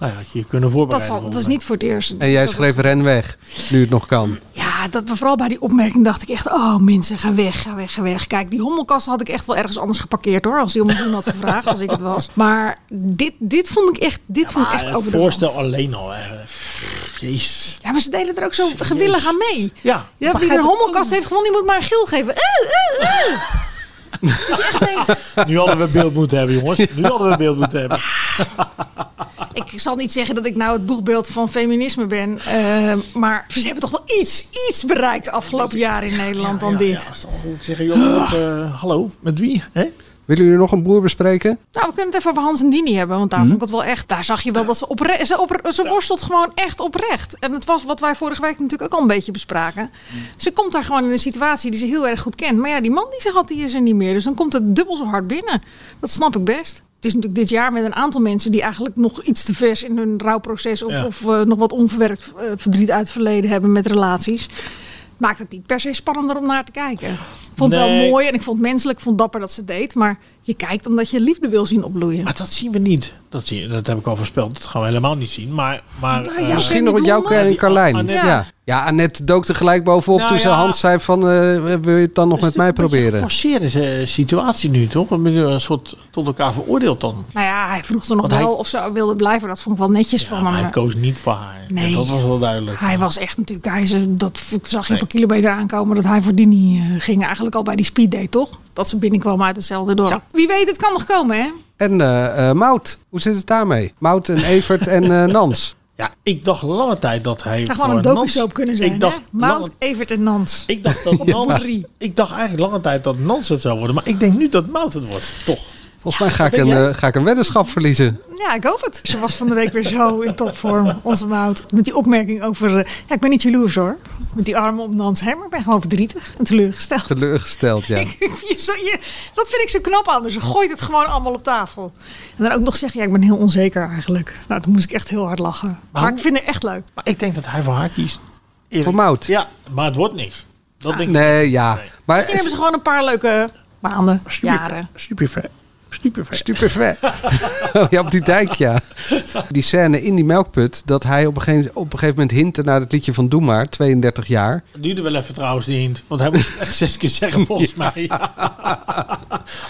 Speaker 8: Nou ja, had je je kunnen
Speaker 10: Dat,
Speaker 8: voorbereiden. eh,
Speaker 10: zal, dat is niet voor het eerst.
Speaker 7: En jij
Speaker 10: Dat-
Speaker 7: schreef ren weg, nu het nog kan.
Speaker 10: Ja, dat, vooral bij die opmerking dacht ik echt: oh mensen, ga weg, ga weg, ga weg. Kijk, die hommelkast had ik echt wel ergens anders geparkeerd hoor. Als die om toen had gevraagd, als ik het was. Maar dit, dit vond ik echt, dit vond ik
Speaker 8: Ah,
Speaker 10: echt
Speaker 8: het
Speaker 10: over de rand.
Speaker 8: voorstel alleen al. hè. Pff, Jezus.
Speaker 10: Ja, maar ze delen er ook zo gewillig aan mee.
Speaker 8: Ja,
Speaker 10: Ja, wie
Speaker 8: begrijp
Speaker 10: een
Speaker 8: ik
Speaker 10: hommelkast heeft gewonnen, die moet maar een gil geven. Eh, eh, eh.
Speaker 8: Nu hadden we beeld moeten hebben, jongens. Nu hadden we beeld moeten hebben.
Speaker 10: Ik zal niet zeggen dat ik nou het boegbeeld van feminisme ben. eh, maar ze hebben toch wel iets, iets bereikt de afgelopen jaren in Nederland dan dit.
Speaker 8: Ja, zal goed zeggen, joh. wat, eh, hallo, met wie? Hè?
Speaker 7: Willen jullie nog een boer bespreken?
Speaker 10: Nou, we kunnen het even over Hans en Dini hebben. Want daar
Speaker 8: Mhm.
Speaker 10: vond ik het wel echt. Daar zag je wel dat ze opre- Ze, opre- ze worstelt gewoon echt oprecht. En het was wat wij vorige week natuurlijk ook al een beetje bespraken.
Speaker 8: Mhm.
Speaker 10: Ze komt daar gewoon in een situatie die ze heel erg goed kent. Maar ja, die man die ze had, die is er niet meer. Dus dan komt het dubbel zo hard binnen. Dat snap ik best. Het is natuurlijk dit jaar met een aantal mensen die eigenlijk nog iets te vers in hun rouwproces. of,
Speaker 8: Ja.
Speaker 10: of eh, nog wat onverwerkt eh, verdriet uit het verleden hebben met relaties. Maakt het niet per se spannender om naar te kijken. Ik vond het wel
Speaker 8: Nee.
Speaker 10: mooi Oh en ik vond het menselijk. Ik vond het dapper dat ze het deed. Maar je kijkt omdat je liefde wil zien opbloeien.
Speaker 8: Maar dat zien we niet. Dat, zie, dat heb ik al voorspeld. Dat gaan we helemaal niet zien. Maar, maar
Speaker 10: Nou ja,
Speaker 8: eh,
Speaker 7: Misschien
Speaker 10: Remy
Speaker 7: nog met jou
Speaker 10: Blonde?
Speaker 7: en Carlijn.
Speaker 8: Annette.
Speaker 7: Ja. ja, Annette dook er gelijk bovenop
Speaker 8: Nou
Speaker 7: toen ze
Speaker 8: ja.
Speaker 7: Hans zei van... eh, wil je het dan nog met mij
Speaker 8: een
Speaker 7: proberen?
Speaker 8: forceerde ze- situatie nu, toch? Een beetje Een soort tot elkaar veroordeeld dan.
Speaker 10: Nou ja, hij vroeg er nog
Speaker 8: Want
Speaker 10: wel
Speaker 8: hij-
Speaker 10: of ze wilde blijven. Dat vond ik wel netjes van hem.
Speaker 8: Maar hij koos niet voor haar.
Speaker 10: Nee.
Speaker 8: En dat was wel duidelijk.
Speaker 10: Hij was echt natuurlijk, hij, ze- dat v- zag je
Speaker 8: Nee.
Speaker 10: op een kilometer aankomen dat hij voor Dini eh, ging. Eigenlijk al bij die speeddate, toch? Dat ze binnenkwam uit hetzelfde dorp. Wie weet, het kan nog komen, hè?
Speaker 7: En eh eh, Mout, hoe zit het daarmee? Mout en Evert en eh, Nans.
Speaker 8: Ja, ik dacht lange tijd dat hij.
Speaker 10: Het zou gewoon
Speaker 8: voor
Speaker 10: een docusoap kunnen zijn,
Speaker 8: Ik dacht,
Speaker 10: hè? Mount,
Speaker 8: lange-
Speaker 10: Evert en Nans.
Speaker 8: ik dacht dat Nans. Ik dacht eigenlijk lange tijd dat Nans het zou worden. Maar ik denk nu dat Mout het wordt, toch?
Speaker 7: Volgens mij ga ik,
Speaker 8: Denk
Speaker 7: een,
Speaker 8: jij?
Speaker 7: eh, ga ik een weddenschap verliezen.
Speaker 10: Ja, ik hoop het. Ze was van de week weer zo in topvorm, onze Mout. Met die opmerking over, eh, ja, ik ben niet jaloers hoor. Met die armen om Nans, hè? Maar ik ben gewoon verdrietig en teleurgesteld.
Speaker 7: Teleurgesteld, ja.
Speaker 10: Je zo- je- dat vind ik zo knap aan. haar. Ze gooit het gewoon allemaal op tafel. En dan ook nog zeggen, ja, ik ben heel onzeker eigenlijk. Nou, toen moest ik echt heel hard lachen. Maar,
Speaker 8: hoe-
Speaker 10: ik vind het echt leuk.
Speaker 8: Maar ik denk dat hij voor haar kiest. Erik.
Speaker 7: Voor Mout. Ah,
Speaker 8: Ja, maar het wordt niks. Dat denk ik.
Speaker 7: Nee, ja. Maar
Speaker 10: Misschien hebben ze gewoon een paar leuke maanden, jaren.
Speaker 8: Stupefait. Stupefait.
Speaker 7: Super vet. Oh, ja, op die dijk, ja. Die scène in die melkput, dat hij op een gegeven, op een gegeven moment hintte naar het liedje van Doe maar, 32 jaar.
Speaker 8: Het duurde wel even trouwens, die hint. Want hij moest het echt zes keer zeggen, volgens mij.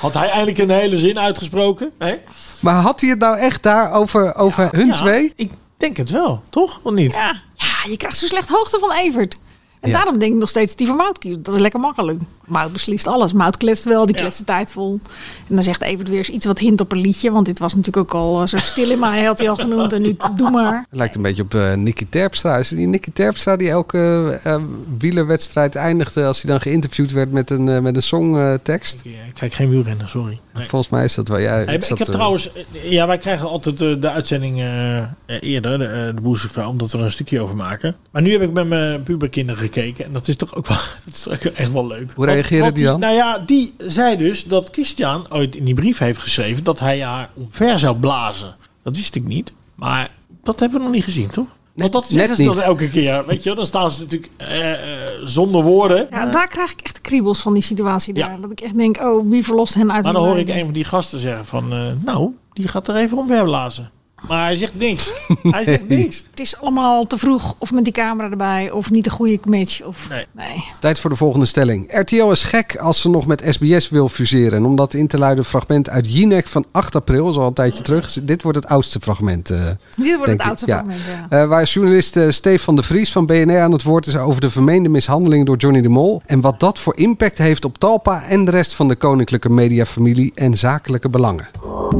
Speaker 8: Had hij eigenlijk een hele zin uitgesproken? Hè?
Speaker 7: Maar had hij het nou echt daar over, over hun
Speaker 8: Ja,
Speaker 7: twee?
Speaker 8: Ik denk het wel, toch? Of niet?
Speaker 10: Ja. ja, je krijgt zo slecht hoogte van Evert. En
Speaker 7: Ja.
Speaker 10: daarom denk ik nog steeds Steve Mout kiest. Dat is lekker makkelijk. Mout beslist alles. Mout kletst wel, die kletst de tijd vol. En dan zegt Evert weer eens iets wat hint op een liedje. Want dit was natuurlijk ook al eh, zo stil in mij, had hij al genoemd. En nu doe maar.
Speaker 7: Het lijkt een beetje op eh Nicky Terpstra. Is het die Nicky Terpstra die elke eh, eh, wielerwedstrijd eindigde als hij dan geïnterviewd werd met een, eh, met een songtekst?
Speaker 8: ik kijk geen wielrennen, sorry.
Speaker 7: Volgens mij is dat wel. Ja,
Speaker 8: Hey, ik,
Speaker 7: zat,
Speaker 8: heb
Speaker 7: eh,
Speaker 8: trouwens, eh, ja, wij krijgen altijd eh, de uitzending eh, eh, eerder, de, eh, de Boezekvrouw, omdat we er een stukje over maken. Maar nu heb ik met mijn puberkinderen gekeken en dat is toch ook wel dat is toch echt wel leuk.
Speaker 7: Hoe
Speaker 8: Want-
Speaker 7: reageren
Speaker 8: want
Speaker 7: die dan?
Speaker 8: Nou ja, die zei dus dat Christian ooit in die brief heeft geschreven dat hij haar omver zou blazen. Dat wist ik niet, maar dat hebben we nog niet gezien, toch? Want dat
Speaker 7: net
Speaker 8: zeggen ze dan
Speaker 7: niet.
Speaker 8: elke keer, weet je wel. Dan staan ze natuurlijk eh, eh, zonder woorden.
Speaker 10: Ja, daar krijg ik echt de kriebels van die situatie
Speaker 8: Ja.
Speaker 10: daar. Dat ik echt denk, oh, wie verlost hen uit
Speaker 8: Maar
Speaker 10: hun
Speaker 8: dan hoor ik
Speaker 10: lijden?
Speaker 8: een van die gasten zeggen van... eh, nou, die gaat er even omwerblazen. Maar hij zegt niks. Hij zegt niks.
Speaker 10: Het is allemaal te vroeg of met die camera erbij of niet de goede match. Of...
Speaker 8: Nee.
Speaker 7: Tijd voor de volgende stelling. RTL is gek als ze nog met SBS wil fuseren. En om dat in te luiden, een fragment uit Jinek van 8 april, is al een tijdje terug. dus Dit wordt het oudste fragment. eh,
Speaker 10: Dit wordt
Speaker 7: denk
Speaker 10: het
Speaker 7: ik.
Speaker 10: oudste
Speaker 7: Ja.
Speaker 10: fragment, ja.
Speaker 7: Eh, waar journalist eh, Stefan de Vries van BNR aan het woord is over de vermeende mishandeling door Johnny de Mol. En wat dat voor impact heeft op Talpa en de rest van de koninklijke mediafamilie en zakelijke belangen.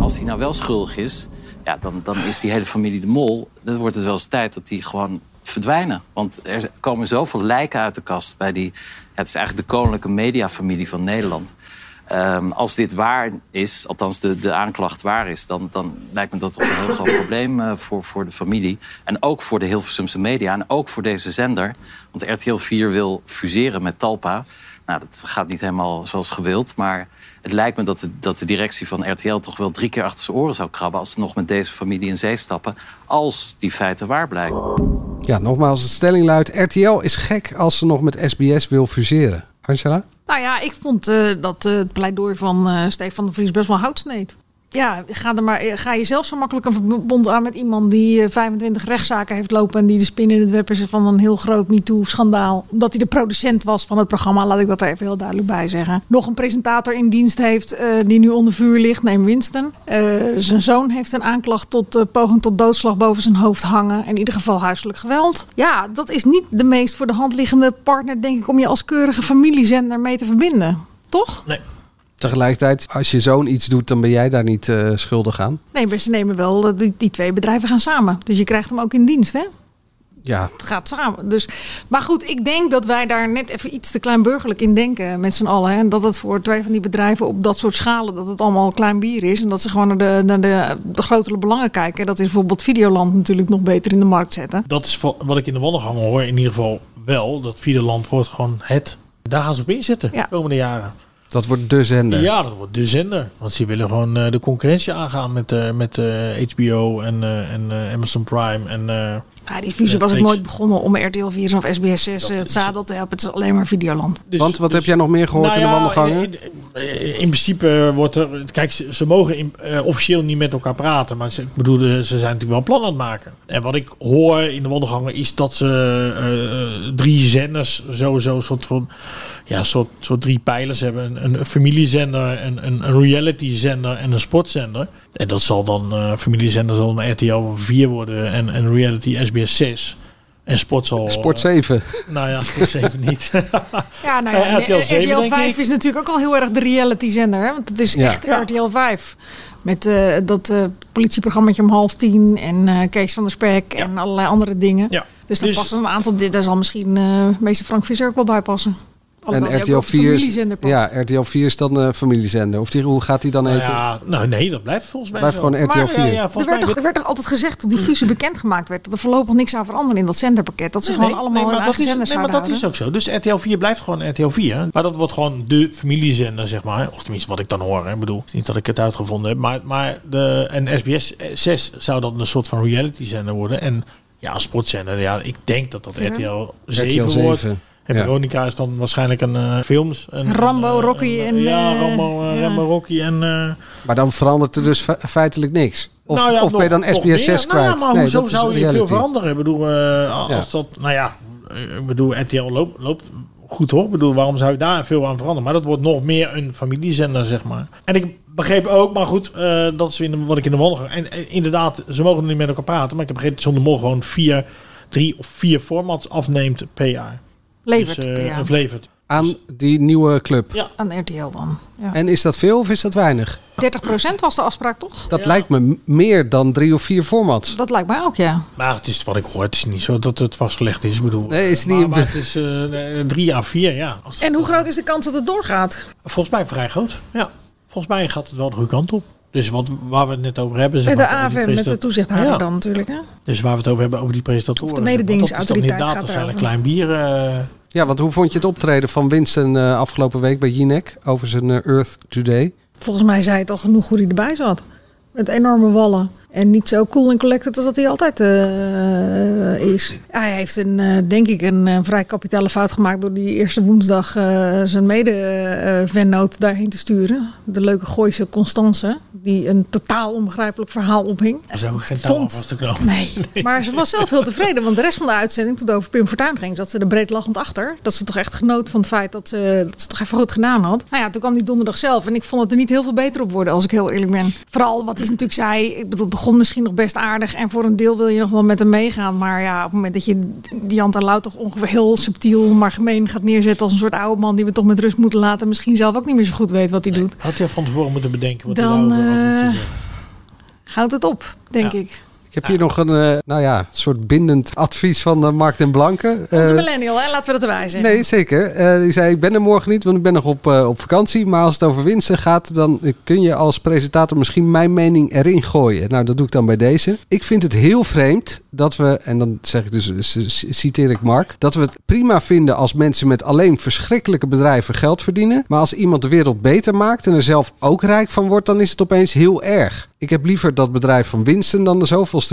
Speaker 16: Als hij nou wel schuldig is, ja, dan, dan is die hele familie de mol. Dan wordt het wel eens tijd dat die gewoon verdwijnen. Want er komen zoveel lijken uit de kast bij die... ja, het is eigenlijk de koninklijke mediafamilie van Nederland. Ehm, als dit waar is, althans de, de aanklacht waar is... Dan, dan lijkt me dat toch een heel groot probleem eh, voor, voor de familie. En ook voor de Hilversumse media en ook voor deze zender. Want RTL 4 wil fuseren met Talpa. Nou, dat gaat niet helemaal zoals gewild, maar het lijkt me dat de, dat de directie van RTL toch wel drie keer achter zijn oren zou krabben als ze nog met deze familie in zee stappen, als die feiten waar blijken.
Speaker 7: Ja, nogmaals, de stelling luidt: RTL is gek als ze nog met SBS wil fuseren. Angela?
Speaker 10: Nou ja, ik vond eh, dat eh, het pleidooi van eh, Stefan de Vries best wel hout sneed. Ja, ga, er maar, eh, ga je zelf zo makkelijk een verbond aan met iemand die eh, 25 rechtszaken heeft lopen... en die de spin in het web is van een heel groot MeToo-schandaal. Omdat hij de producent was van het programma, laat ik dat er even heel duidelijk bij zeggen. Nog een presentator in dienst heeft eh, die nu onder vuur ligt, neem Winston. Eh, zijn zoon heeft een aanklacht tot eh, poging tot doodslag boven zijn hoofd hangen. In ieder geval huiselijk geweld. Ja, dat is niet de meest voor de hand liggende partner, denk ik, om je als keurige familiezender mee te verbinden. Toch?
Speaker 7: Tegelijkertijd, als je zoon iets doet, dan ben jij daar niet eh, schuldig aan.
Speaker 10: Nee, maar ze nemen wel, eh, die, die twee bedrijven gaan samen. Dus je krijgt hem ook in dienst, hè?
Speaker 7: Ja,
Speaker 10: Het gaat samen. Dus, maar goed, ik denk dat wij daar net even iets te kleinburgerlijk in denken met z'n allen. hè. En dat het voor twee van die bedrijven op dat soort schalen, dat het allemaal klein bier is. En dat ze gewoon naar de, naar de, de grotere belangen kijken. Dat is bijvoorbeeld Videoland natuurlijk nog beter in de markt zetten.
Speaker 8: Dat is voor- wat ik in de wandelgangen hoor. In ieder geval wel. Dat vierde land wordt gewoon het. Daar gaan ze op inzetten de komende jaren.
Speaker 7: dat wordt de zender.
Speaker 8: Ja, dat wordt de zender. Want ze willen gewoon eh, de concurrentie aangaan met, eh, met eh, HBO en, eh, en eh, Amazon Prime. En, eh,
Speaker 10: Ja, die fusie was ook
Speaker 8: Netflix.
Speaker 10: nooit begonnen om RTL 4 of SBS 6 eh, het zadel te helpen. Het is alleen maar Videoland.
Speaker 7: Want wat heb jij nog meer gehoord
Speaker 8: dus- Nou
Speaker 7: in de
Speaker 8: ja,
Speaker 7: wandelgangen?
Speaker 8: in- in- in principe wordt er. Kijk, ze, ze mogen in- eh, officieel niet met elkaar praten. Maar ze, ik bedoel, eh, ze zijn natuurlijk wel plannen aan het maken. En wat ik hoor in de wandelgangen is dat ze eh, eh, drie zenders sowieso een soort van. Ja, soort, soort drie pijlers hebben: een, een familiezender, een, een, een realityzender en een sportzender. En dat zal dan. eh, familiezender zal een RTL 4 worden en, en reality SBS 6. En sport zal.
Speaker 7: Sport
Speaker 8: eh,
Speaker 7: 7.
Speaker 10: Oh,
Speaker 8: nou ja, sport 7 niet.
Speaker 10: Ja, nou ja,
Speaker 8: Eh, RTL
Speaker 10: RTL,
Speaker 8: 7 denk
Speaker 10: 5
Speaker 8: ik.
Speaker 10: is natuurlijk ook al heel erg de reality zender. Hè? Want het is
Speaker 8: Ja.
Speaker 10: echt RTL 5. Met eh, dat eh politieprogramma om half tien en eh, Kees van der Spek en allerlei andere dingen. Dus daar
Speaker 8: Dus-
Speaker 10: past een aantal. Dit daar zal misschien eh meester Frank Visser ook wel bij passen. Alhoewel
Speaker 7: en
Speaker 10: die ook
Speaker 7: RTL
Speaker 10: op de
Speaker 7: 4 is,
Speaker 10: familiezender past.
Speaker 7: ja, RTL 4 is dan eh familiezender. Of die, hoe gaat die dan
Speaker 8: Nou
Speaker 7: heten?
Speaker 8: ja, nou nee, dat blijft volgens mij.
Speaker 7: Blijft
Speaker 8: zo.
Speaker 7: gewoon RTL
Speaker 8: Maar, ja,
Speaker 7: 4.
Speaker 8: ja,
Speaker 10: er
Speaker 8: volgens
Speaker 10: werd,
Speaker 8: mij
Speaker 10: toch, er werd toch altijd gezegd dat die
Speaker 8: Mm.
Speaker 10: fusie bekendgemaakt werd. Dat er voorlopig niks zou veranderen in dat zenderpakket. Dat ze gewoon allemaal hun
Speaker 8: dat
Speaker 10: eigen
Speaker 8: is,
Speaker 10: zenders
Speaker 8: nee, maar
Speaker 10: zouden
Speaker 8: dat is ook zo. Dus RTL 4 blijft gewoon RTL 4. Maar dat wordt gewoon de familiezender, zeg maar. Of tenminste, wat ik dan hoor. hè. Ik bedoel, het is niet dat ik het uitgevonden heb. Maar, maar de, en SBS 6 zou dan een soort van realityzender worden. En ja, als sportzender, ja, ik denk dat dat
Speaker 10: Ja.
Speaker 8: RTL
Speaker 7: RTL
Speaker 8: 7 wordt.
Speaker 7: zeven,
Speaker 8: En
Speaker 7: ja.
Speaker 8: Veronica is dan waarschijnlijk een eh, films. Een,
Speaker 10: Rambo,
Speaker 8: een,
Speaker 10: Rocky
Speaker 8: een,
Speaker 10: en,
Speaker 8: Ja,
Speaker 10: eh,
Speaker 8: Rambo, eh,
Speaker 10: ja.
Speaker 8: Rambo, Rocky en... eh,
Speaker 7: Maar dan verandert er dus fe- feitelijk niks. Of,
Speaker 8: Nou ja,
Speaker 7: of ben je
Speaker 8: nog-
Speaker 7: dan
Speaker 8: nog
Speaker 7: SBS 6
Speaker 8: meer. Nou
Speaker 7: kwijt?
Speaker 8: ja, maar
Speaker 7: Nee,
Speaker 8: hoezo
Speaker 7: dat is
Speaker 8: zou je
Speaker 7: reality.
Speaker 8: veel veranderen? Ik bedoel, eh, als
Speaker 7: Ja.
Speaker 8: dat... Nou ja, eh, ik bedoel, RTL loopt, loopt goed, toch? Ik bedoel, waarom zou je daar veel aan veranderen? Maar dat wordt nog meer een familiezender, zeg maar. En ik begreep ook, maar goed, eh, dat is in de- wat ik in de wandel... En, en inderdaad, ze mogen niet met elkaar praten... maar ik heb begrepen dat John de Mol gewoon vier, drie of vier formats afneemt per jaar.
Speaker 10: Levert
Speaker 8: Dus, eh,
Speaker 10: per jaar.
Speaker 8: Of levert.
Speaker 7: Aan die nieuwe club.
Speaker 10: Aan RTL dan. Ja.
Speaker 7: En is dat veel of is dat weinig?
Speaker 10: 30% was de afspraak, toch?
Speaker 7: Dat lijkt me m- meer dan drie of vier formats.
Speaker 10: Dat lijkt mij ook, ja.
Speaker 8: Maar het is wat ik hoor. Het is niet zo dat het vastgelegd is. Ik bedoel,
Speaker 7: nee, is
Speaker 8: niet maar, maar het is eh, drie à vier, ja. Als-
Speaker 10: En hoe groot is de kans dat het doorgaat?
Speaker 8: Volgens mij vrij groot. Ja, volgens mij gaat het wel de goede kant op. Dus wat, waar we het net over hebben... zeg
Speaker 10: Met de
Speaker 8: maar, over die
Speaker 10: AVM, met de
Speaker 8: presentator-
Speaker 10: toezichthouder
Speaker 8: Ja,
Speaker 10: dan natuurlijk. Hè?
Speaker 8: Dus waar we het over hebben, over die presentatoren.
Speaker 10: Of de mededingingsautoriteit
Speaker 8: zeg maar,
Speaker 10: gaat
Speaker 8: Dat is dan inderdaad
Speaker 10: erover.
Speaker 8: waarschijnlijk klein bier. eh,
Speaker 7: Ja, want hoe vond je het optreden van Winston eh, afgelopen week bij Jinek over zijn eh, Earth Today?
Speaker 10: Volgens mij zei het al genoeg hoe hij erbij zat. Met enorme wallen. En niet zo cool en collected als dat hij altijd eh, is. Hij heeft een, eh, denk ik een eh, vrij kapitale fout gemaakt... door die eerste woensdag eh, zijn mede-vennoot daarheen te sturen. De leuke Gooise Constance. Die een totaal onbegrijpelijk verhaal ophing.
Speaker 8: Er is ook geen touw aan
Speaker 10: Vond
Speaker 8: vast te knopen.
Speaker 10: Nee, maar ze was zelf heel tevreden. Want de rest van de uitzending, toen het over Pim Fortuyn ging, zat ze er breed lachend achter. Dat ze toch echt genoot van het feit dat ze, dat ze toch even goed gedaan had. Nou ja, toen kwam die donderdag zelf. En ik vond het er niet heel veel beter op worden, als ik heel eerlijk ben. Vooral wat is natuurlijk zei. Ik bedoel, het begon misschien nog best aardig. En voor een deel wil je nog wel met hem meegaan. Maar ja, op het moment dat je Janta Lau toch ongeveer heel subtiel, maar gemeen gaat neerzetten. als een soort oude man die we toch met rust moeten laten. misschien zelf ook niet meer zo goed weet wat hij doet.
Speaker 8: Had je van tevoren moeten bedenken wat
Speaker 10: Dan
Speaker 8: hij daarover had
Speaker 10: eh,
Speaker 8: moeten zeggen.
Speaker 10: houdt het op, denk ik.
Speaker 7: Ik heb hier nog een eh, nou ja, soort bindend advies van eh, Mark den Blanke.
Speaker 10: Onze
Speaker 7: Eh,
Speaker 10: millennial, hè? laten we dat erbij zeggen.
Speaker 7: Nee, zeker. Eh, die zei, ik ben er morgen niet, want ik ben nog op, eh, op vakantie. Maar als het over winsten gaat, dan eh, kun je als presentator misschien mijn mening erin gooien. Nou, dat doe ik dan bij deze. Ik vind het heel vreemd dat we, en dan zeg ik dus, c- c- citeer ik Mark, dat we het prima vinden als mensen met alleen verschrikkelijke bedrijven geld verdienen. Maar als iemand de wereld beter maakt en er zelf ook rijk van wordt, dan is het opeens heel erg. Ik heb liever dat bedrijf van Winston dan de zoveelste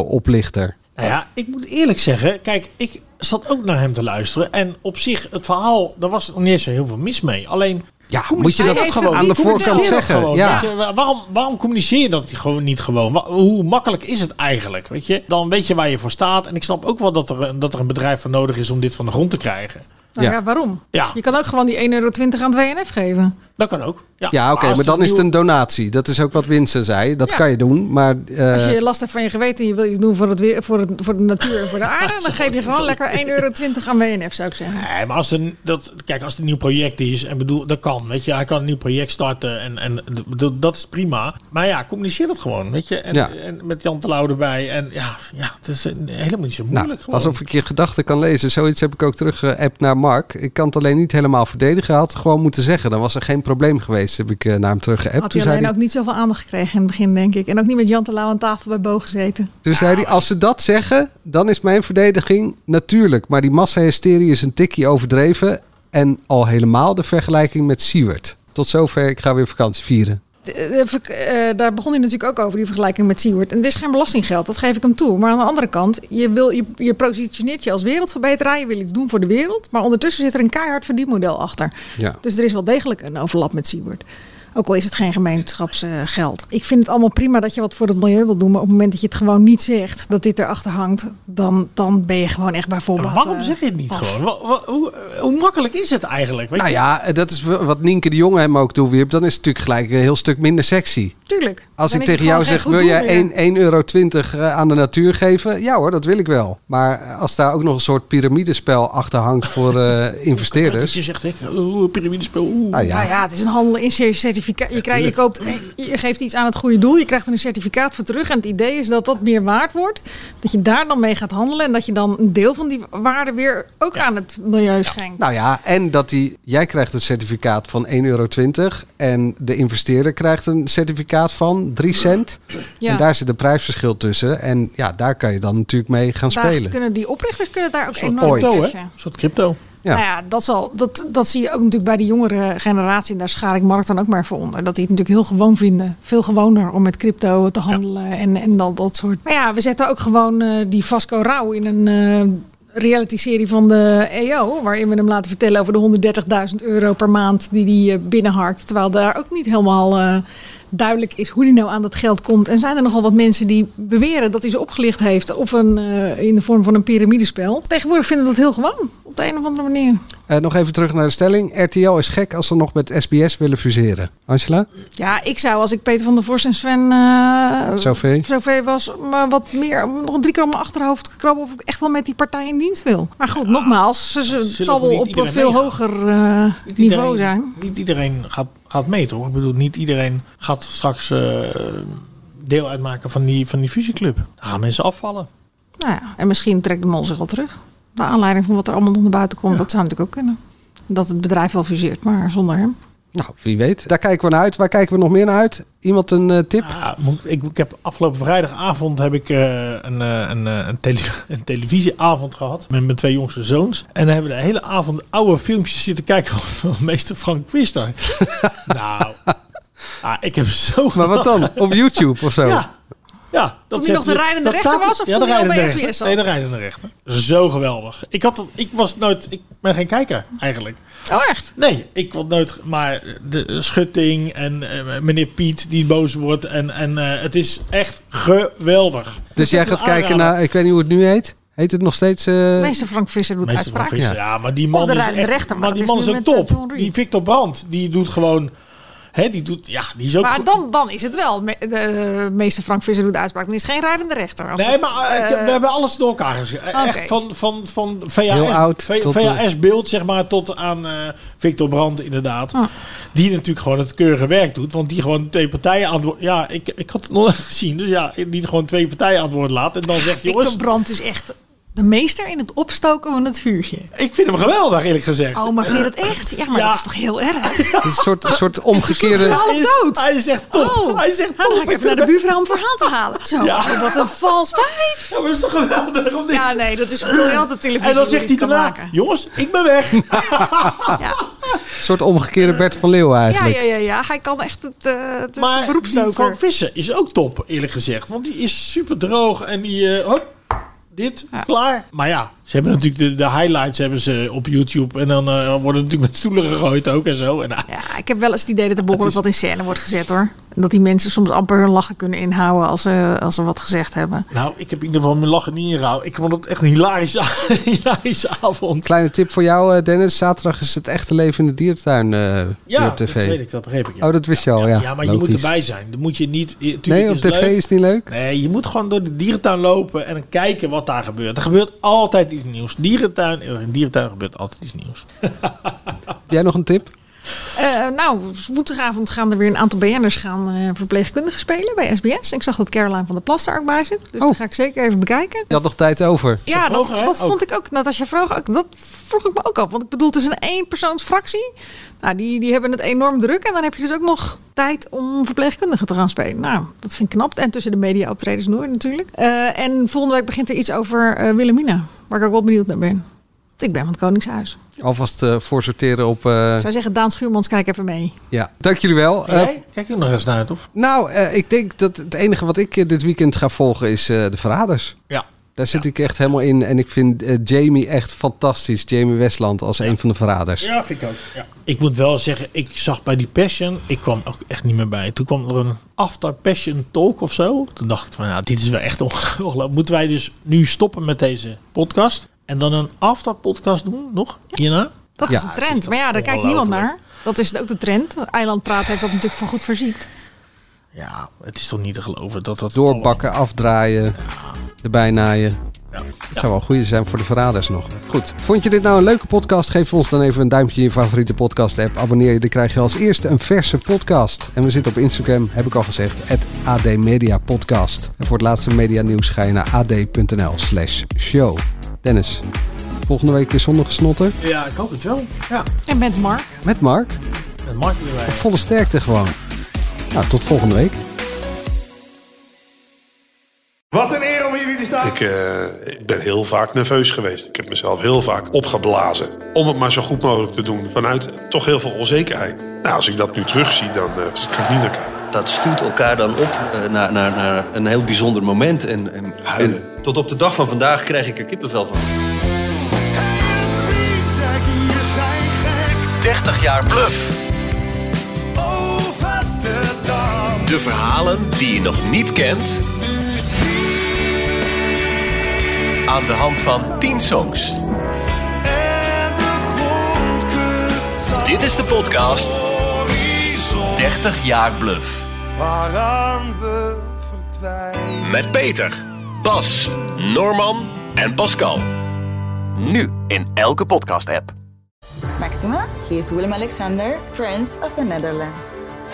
Speaker 7: crypto-oplichter.
Speaker 8: Nou ja, ik moet eerlijk zeggen, kijk, ik zat ook naar hem te luisteren. En op zich, het verhaal, daar was nog niet eens zo heel veel mis mee. Alleen.
Speaker 7: Ja, moet je dat
Speaker 8: communiceer-
Speaker 7: ook gewoon aan de
Speaker 8: communiceer
Speaker 7: voorkant
Speaker 8: dat
Speaker 7: zeggen,
Speaker 8: gewoon,
Speaker 7: ja.
Speaker 8: weet je. Wa- waarom, waarom communiceer je dat gewoon niet gewoon? Wa- Hoe makkelijk is het eigenlijk? Weet je? Dan weet je waar je voor staat. En ik snap ook wel dat er, een- dat er een bedrijf voor nodig is om dit van de grond te krijgen.
Speaker 10: Nou ja, waarom?
Speaker 8: Ja.
Speaker 10: Je kan ook gewoon die 1,20 euro aan het WNF geven.
Speaker 8: Dat kan ook. Ja,
Speaker 7: Ja, oké, maar dan is het een donatie. Dat is ook wat Winston zei. Dat
Speaker 10: Ja.
Speaker 7: kan je doen, maar... eh,
Speaker 10: Als je last hebt van je geweten en je wil iets doen voor, het weer, voor, het, voor de natuur en voor de aarde, dan geef je gewoon lekker 1,20 euro aan WNF, zou ik zeggen.
Speaker 8: Nee, maar als er, dat, kijk, als het een nieuw project is, en bedoel, dat kan, weet je, hij kan een nieuw project starten en, en d- d- dat is prima. Maar ja, communiceer dat gewoon, weet je, en,
Speaker 7: Ja.
Speaker 8: en met Jan Terlouw erbij. En ja, ja, het is een- helemaal niet zo moeilijk.
Speaker 7: nou,
Speaker 8: gewoon.
Speaker 7: alsof ik je gedachten kan lezen. Zoiets heb ik ook teruggeappt naar Mark. Ik kan het alleen niet helemaal verdedigen. Hij Had het gewoon moeten zeggen. Dan was er geen probleem geweest. Heb ik eh, naar hem teruggeappt.
Speaker 10: Had
Speaker 7: toen
Speaker 10: hij
Speaker 7: zei
Speaker 10: alleen
Speaker 7: hij,
Speaker 10: ook niet zoveel aandacht gekregen in het begin, denk ik. En ook niet met Jan Terlouw aan tafel bij Bo gezeten.
Speaker 7: toen zei hij, als ze dat zeggen, dan is mijn verdediging natuurlijk. Maar die massahysterie is een tikje overdreven. En al helemaal de vergelijking met Siewert. Tot zover, ik ga weer vakantie vieren.
Speaker 10: De- de verk- eh, daar begon hij natuurlijk ook over, die vergelijking met Seward. En het is geen belastinggeld, dat geef ik hem toe. Maar aan de andere kant, je, wil, je, je positioneert je als wereldverbeteraar. Je wil iets doen voor de wereld. Maar ondertussen zit er een keihard verdienmodel achter.
Speaker 7: Ja.
Speaker 10: Dus er is wel degelijk een overlap met Seward. Ook al is het geen gemeenschapsgeld. ik vind het allemaal prima dat je wat voor het milieu wil doen. Maar op het moment dat je het gewoon niet zegt dat dit erachter hangt. dan, dan ben je gewoon echt bijvoorbeeld.
Speaker 8: Maar waarom
Speaker 10: eh,
Speaker 8: zeg je het niet gewoon? Wa- wa- hoe, hoe makkelijk is het eigenlijk? Weet
Speaker 7: Nou
Speaker 8: je?
Speaker 7: ja, dat is wat Nienke de Jonge hem ook toewierp. Dan is het natuurlijk gelijk een heel stuk minder sexy.
Speaker 10: Tuurlijk.
Speaker 7: Als
Speaker 10: Dan
Speaker 7: ik
Speaker 10: is het
Speaker 7: tegen jou
Speaker 10: gewoon
Speaker 7: zeg,
Speaker 10: geen
Speaker 7: wil
Speaker 10: goed
Speaker 7: jij
Speaker 10: doel meer.
Speaker 7: 1,20 euro eh, aan de natuur geven? Ja hoor, dat wil ik wel. Maar eh, als daar ook nog een soort piramidespel achter hangt voor eh,
Speaker 8: Dat je
Speaker 7: investeerders.
Speaker 8: zegt, hè, oeh, piramidespel, oeh.
Speaker 7: Nou ja.
Speaker 10: Nou ja, het is een handel in cer- certificaat. Je, krijgt, je, koopt, je geeft iets aan het goede doel, je krijgt er een certificaat voor terug. En het idee is dat dat meer waard wordt. Dat je daar dan mee gaat handelen en dat je dan een deel van die waarde weer ook aan het milieu schenkt.
Speaker 7: Nou ja, en dat die, jij krijgt een certificaat van 1,20 euro en de investeerder krijgt een certificaat van 3 cent.
Speaker 10: Ja.
Speaker 7: En daar zit een prijsverschil tussen. En ja, daar kan je dan natuurlijk mee gaan
Speaker 10: daar
Speaker 7: spelen.
Speaker 10: kunnen die oprichters kunnen daar ook
Speaker 7: soort
Speaker 10: enorm
Speaker 7: ooit.
Speaker 10: op
Speaker 7: Crypto, hè?
Speaker 10: pushen.
Speaker 8: Een soort crypto.
Speaker 7: Ja.
Speaker 10: Nou ja, dat, zal, dat, dat zie je ook natuurlijk bij de jongere generatie. En daar schaar ik Mark dan ook maar voor onder. Dat die het natuurlijk heel gewoon vinden. Veel gewoner om met crypto te handelen en, en dan dat soort. Maar ja, we zetten ook gewoon eh, die Vasco Rauw in een eh reality-serie van de EO. Waarin we hem laten vertellen over de 130.000 euro per maand die die eh, binnenharkt. Terwijl daar ook niet helemaal... eh, Duidelijk is hoe die nou aan dat geld komt. En zijn er nogal wat mensen die beweren dat hij ze opgelicht heeft. of een, eh, in de vorm van een piramidespel. Tegenwoordig vinden we dat heel gewoon. Op op de een of andere manier.
Speaker 7: Eh, nog even terug naar de stelling. RTL is gek als ze nog met SBS willen fuseren. Angela?
Speaker 10: Ja, ik zou als ik Peter van der Vorst en Sven eh
Speaker 7: Sauvé.
Speaker 10: Sauvé was, maar wat meer, nog drie keer op mijn achterhoofd krabben of ik echt wel met die partij in dienst wil. Maar goed, nogmaals, ze, ze- het zal
Speaker 8: ook
Speaker 10: wel
Speaker 8: niet
Speaker 10: op een
Speaker 8: iedereen
Speaker 10: veel
Speaker 8: meegaan.
Speaker 10: hoger eh,
Speaker 8: Niet
Speaker 10: niveau
Speaker 8: iedereen-
Speaker 10: zijn.
Speaker 8: Niet iedereen gaat, gaat mee, toch? Ik bedoel, niet iedereen gaat straks eh, deel uitmaken van die, van die fusieclub. Daar gaan mensen afvallen.
Speaker 10: Nou ja, en misschien trekt de mol zich wel terug. Naar aanleiding van wat er allemaal nog naar buiten komt, dat zou natuurlijk ook kunnen. Dat het bedrijf wel fuseert, maar zonder hem.
Speaker 7: Nou, wie weet. Daar kijken we naar uit. Waar kijken we nog meer naar uit? Iemand een eh, tip?
Speaker 8: Ah, moet- ik, ik heb afgelopen vrijdagavond heb ik, eh, een, eh, een, eh, een, tele- een televisieavond gehad met mijn twee jongste zoons. En dan hebben we de hele avond oude filmpjes zitten kijken van, van meester Frank Quister. nou, ah, ik heb zo
Speaker 7: Maar wat dan?
Speaker 8: gelachen.
Speaker 7: Op YouTube of zo? Dus
Speaker 8: Ja. Ja, dat
Speaker 10: Toen hij nog de
Speaker 8: zegt-
Speaker 10: rijdende
Speaker 8: dat
Speaker 10: rechter
Speaker 8: staat-
Speaker 10: was, of
Speaker 8: ja,
Speaker 10: toen
Speaker 8: de
Speaker 10: hij al
Speaker 8: rijdende
Speaker 10: bij SBS
Speaker 8: rechter.
Speaker 10: zat?
Speaker 8: Nee, de rijdende rechter. Zo geweldig. Ik, had dat, ik was nooit... Ik ben geen kijker, eigenlijk.
Speaker 10: Oh, echt?
Speaker 8: Nee, ik was nooit... Maar de schutting en eh, meneer Piet die boos wordt. En, en eh, het is echt geweldig.
Speaker 7: Dus jij
Speaker 8: ik
Speaker 7: gaat
Speaker 8: wil
Speaker 7: kijken
Speaker 8: aanraden.
Speaker 7: naar, ik weet niet hoe het nu heet. Heet het nog steeds? eh,
Speaker 10: Meester Frank Visser doet
Speaker 8: Meester van
Speaker 10: uitspraken.
Speaker 8: Visser, ja. maar die man
Speaker 10: Of Oh, de
Speaker 8: is
Speaker 10: rijdende
Speaker 8: echt-
Speaker 10: rechter, maar
Speaker 8: maar
Speaker 10: dat
Speaker 8: die
Speaker 10: is
Speaker 8: man
Speaker 10: nu
Speaker 8: is ook
Speaker 10: met, eh,
Speaker 8: top.
Speaker 10: John Reed.
Speaker 8: Die Victor Brandt, die doet gewoon... Hè, die doet... Ja, die is ook...
Speaker 10: Maar dan, dan is het wel. Me- de, eh, meester Frank Visser doet uitspraak. Dan is het geen rijdende rechter. Als
Speaker 8: Nee,
Speaker 10: het,
Speaker 8: maar eh,
Speaker 10: eh,
Speaker 8: we hebben alles door elkaar gezien. Eh,
Speaker 10: Oké.
Speaker 8: Echt van, van, van
Speaker 7: Heel oud tot, eh,
Speaker 8: VHS-beeld, zeg maar, tot aan eh, Victor Brandt, inderdaad.
Speaker 10: Ah.
Speaker 8: Die natuurlijk gewoon het keurige werk doet. Want die gewoon twee partijen antwoord. Ja, ik, ik had het nog nooit gezien. Dus ja, die gewoon twee partijen antwoord laat. En dan zegt, jongens,
Speaker 10: Victor Brandt is echt de meester in het opstoken van het vuurtje.
Speaker 8: ik vind hem geweldig, eerlijk gezegd.
Speaker 10: Oh, maar vind je dat echt? Ja, maar
Speaker 8: Ja.
Speaker 10: dat is toch heel erg?
Speaker 7: Dit is een soort, een soort
Speaker 10: Hij
Speaker 7: omgekeerde.
Speaker 10: is dood.
Speaker 8: Hij is echt top.
Speaker 10: Oh,
Speaker 8: Hij is echt
Speaker 10: nou,
Speaker 8: top.
Speaker 10: dan ga ik even naar de buurvrouw om verhaal te halen. Zo,
Speaker 8: Ja.
Speaker 10: oh, wat een vals wijf.
Speaker 8: Ja, maar dat is toch geweldig om dit-
Speaker 10: Ja, nee, dat is briljante televisie.
Speaker 8: En dan
Speaker 10: die
Speaker 8: zegt hij
Speaker 10: dit kan
Speaker 8: daarna,
Speaker 10: maken.
Speaker 8: jongens, ik ben weg.
Speaker 7: Een soort omgekeerde Bert van Leeuwen
Speaker 10: Ja,
Speaker 7: eigenlijk.
Speaker 10: ja, ja, ja. Hij kan echt het, eh het is een
Speaker 8: Maar die
Speaker 10: beroepsstoker.
Speaker 8: van Vissen is ook top, eerlijk gezegd. Want die is super droog en die... eh, hop, dit, klaar. Maar ja, ze hebben natuurlijk de, de highlights hebben ze op YouTube. En dan eh, worden natuurlijk met stoelen gegooid ook en zo. En, ah,
Speaker 10: Ja, ik heb wel eens het idee dat er behoorlijk wat in scène wordt gezet hoor. En Dat die mensen soms amper hun lachen kunnen inhouden als ze, als ze wat gezegd hebben.
Speaker 8: Nou, ik heb in ieder geval mijn lachen niet ingehouden. Ik vond het echt een hilarische, hilarische avond.
Speaker 7: Kleine tip voor jou, eh, Dennis. Zaterdag is het echte leven in de dierentuin eh,
Speaker 8: Ja,
Speaker 7: hier op tv.
Speaker 8: dat weet ik, dat begreep ik. Ja,
Speaker 7: Oh, dat wist je al, ja.
Speaker 8: Ja, maar je moet
Speaker 7: Logisch.
Speaker 8: erbij zijn. Dan moet je niet... eh, tuurlijk
Speaker 7: Nee, op
Speaker 8: is
Speaker 7: tv
Speaker 8: het leuk.
Speaker 7: is het niet leuk.
Speaker 8: Nee, je moet gewoon door de dierentuin lopen en dan kijken wat daar gebeurt. Er gebeurt altijd iets nieuws. Dierentuin, eh, in een dierentuin gebeurt altijd iets nieuws.
Speaker 7: Jij nog een tip?
Speaker 10: Eh, nou, woensdagavond gaan er weer een aantal BN'ers gaan eh, verpleegkundigen spelen bij SBS. Ik zag dat Caroline van der Plas daar ook bij zit. Dus dat ga ik zeker even bekijken.
Speaker 7: Je had nog tijd over.
Speaker 10: Ja, dat,
Speaker 8: vroegen, hè?
Speaker 10: dat
Speaker 8: Ook.
Speaker 10: vond ik ook. Natasja vroeg ook. Dat vroeg ik me ook af. Want ik bedoel, het is een éénpersoonsfractie. Nou, die, die hebben het enorm druk. En dan heb je dus ook nog tijd om verpleegkundigen te gaan spelen. Nou, dat vind ik knap. En tussen de media-optredens door natuurlijk. Eh, en volgende week begint er iets over eh, Wilhelmina. Waar ik ook wel benieuwd naar ben. Ik ben van het Koningshuis.
Speaker 7: Alvast eh, voorsorteren op... eh,
Speaker 10: Ik zou zeggen, Daan Schuurmans, kijk even mee.
Speaker 7: ja. Dank jullie wel. Eh,
Speaker 8: Kijk je nog eens naar het, of?
Speaker 7: nou, eh, ik denk dat het enige wat ik eh, dit weekend ga volgen is eh, De Verraders.
Speaker 8: Ja.
Speaker 7: Daar zit ik echt helemaal in. En ik vind eh, Jamie echt fantastisch. Jamie Westland als een van de verraders.
Speaker 8: Ja, vind ik ook. Ik moet wel zeggen, ik zag bij die Passion, ik kwam ook echt niet meer bij. Toen kwam er een After Passion Talk of zo. Toen dacht ik van, nou, dit is wel echt ongelooflijk. Moeten wij dus nu stoppen met deze podcast en dan een After podcast doen nog hierna?
Speaker 10: Dat is de trend. maar ja, daar kijkt niemand naar. Dat is ook de trend. Eilandpraat heeft dat natuurlijk van goed verziekt.
Speaker 8: Ja, het is toch niet te geloven dat dat...
Speaker 7: Doorbakken, afdraaien, erbij naaien. Het zou wel goede zijn voor de verraders nog. Goed, vond je dit nou een leuke podcast? Geef ons dan even een duimpje in je favoriete podcast app. Abonneer je, dan krijg je als eerste een verse podcast. En we zitten op Instagram, heb ik al gezegd, het AD Media Podcast. En voor het laatste media nieuws ga je naar ad.nl slash show. Dennis, volgende week weer zonder gesnotten
Speaker 8: Ja, ik hoop het wel. Ja.
Speaker 10: En met Mark.
Speaker 7: met Mark.
Speaker 8: Met Mark erbij.
Speaker 7: Op volle sterkte gewoon. Nou, tot volgende week.
Speaker 17: Wat een eer om hier te staan. Ik, eh, ik ben heel vaak nerveus geweest. Ik heb mezelf heel vaak opgeblazen. Om het maar zo goed mogelijk te doen. Vanuit toch heel veel onzekerheid. Nou, als ik dat nu terugzie, dan eh, kan ik niet naar kijken.
Speaker 18: dat stuurt elkaar dan op eh, naar, naar, naar een heel bijzonder moment. En, en, en tot op de dag van vandaag krijg ik er kippenvel van.
Speaker 19: 30 jaar bluff.
Speaker 15: Over de dam.
Speaker 19: De verhalen die je nog niet kent. Aan de hand van 10 songs.
Speaker 7: Dit is de podcast 30 jaar Bluff.
Speaker 20: Waaraan we verdwijnen.
Speaker 7: Met Peter, Bas, Norman en Pascal. Nu in elke podcast-app.
Speaker 1: Maxima, he is Willem Alexander, Prince of the Netherlands.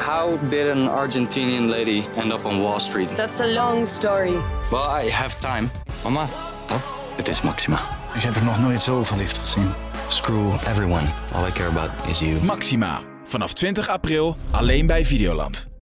Speaker 2: How did an Argentinian lady end up on Wall Street?
Speaker 21: That's a long story.
Speaker 2: Well, I have time. Mama, oh, it is Maxima.
Speaker 9: Ik heb er nog nooit zoveel liefde gezien.
Speaker 22: Screw everyone. All I care about is you. Maxima. Vanaf 20 april alleen bij Videoland.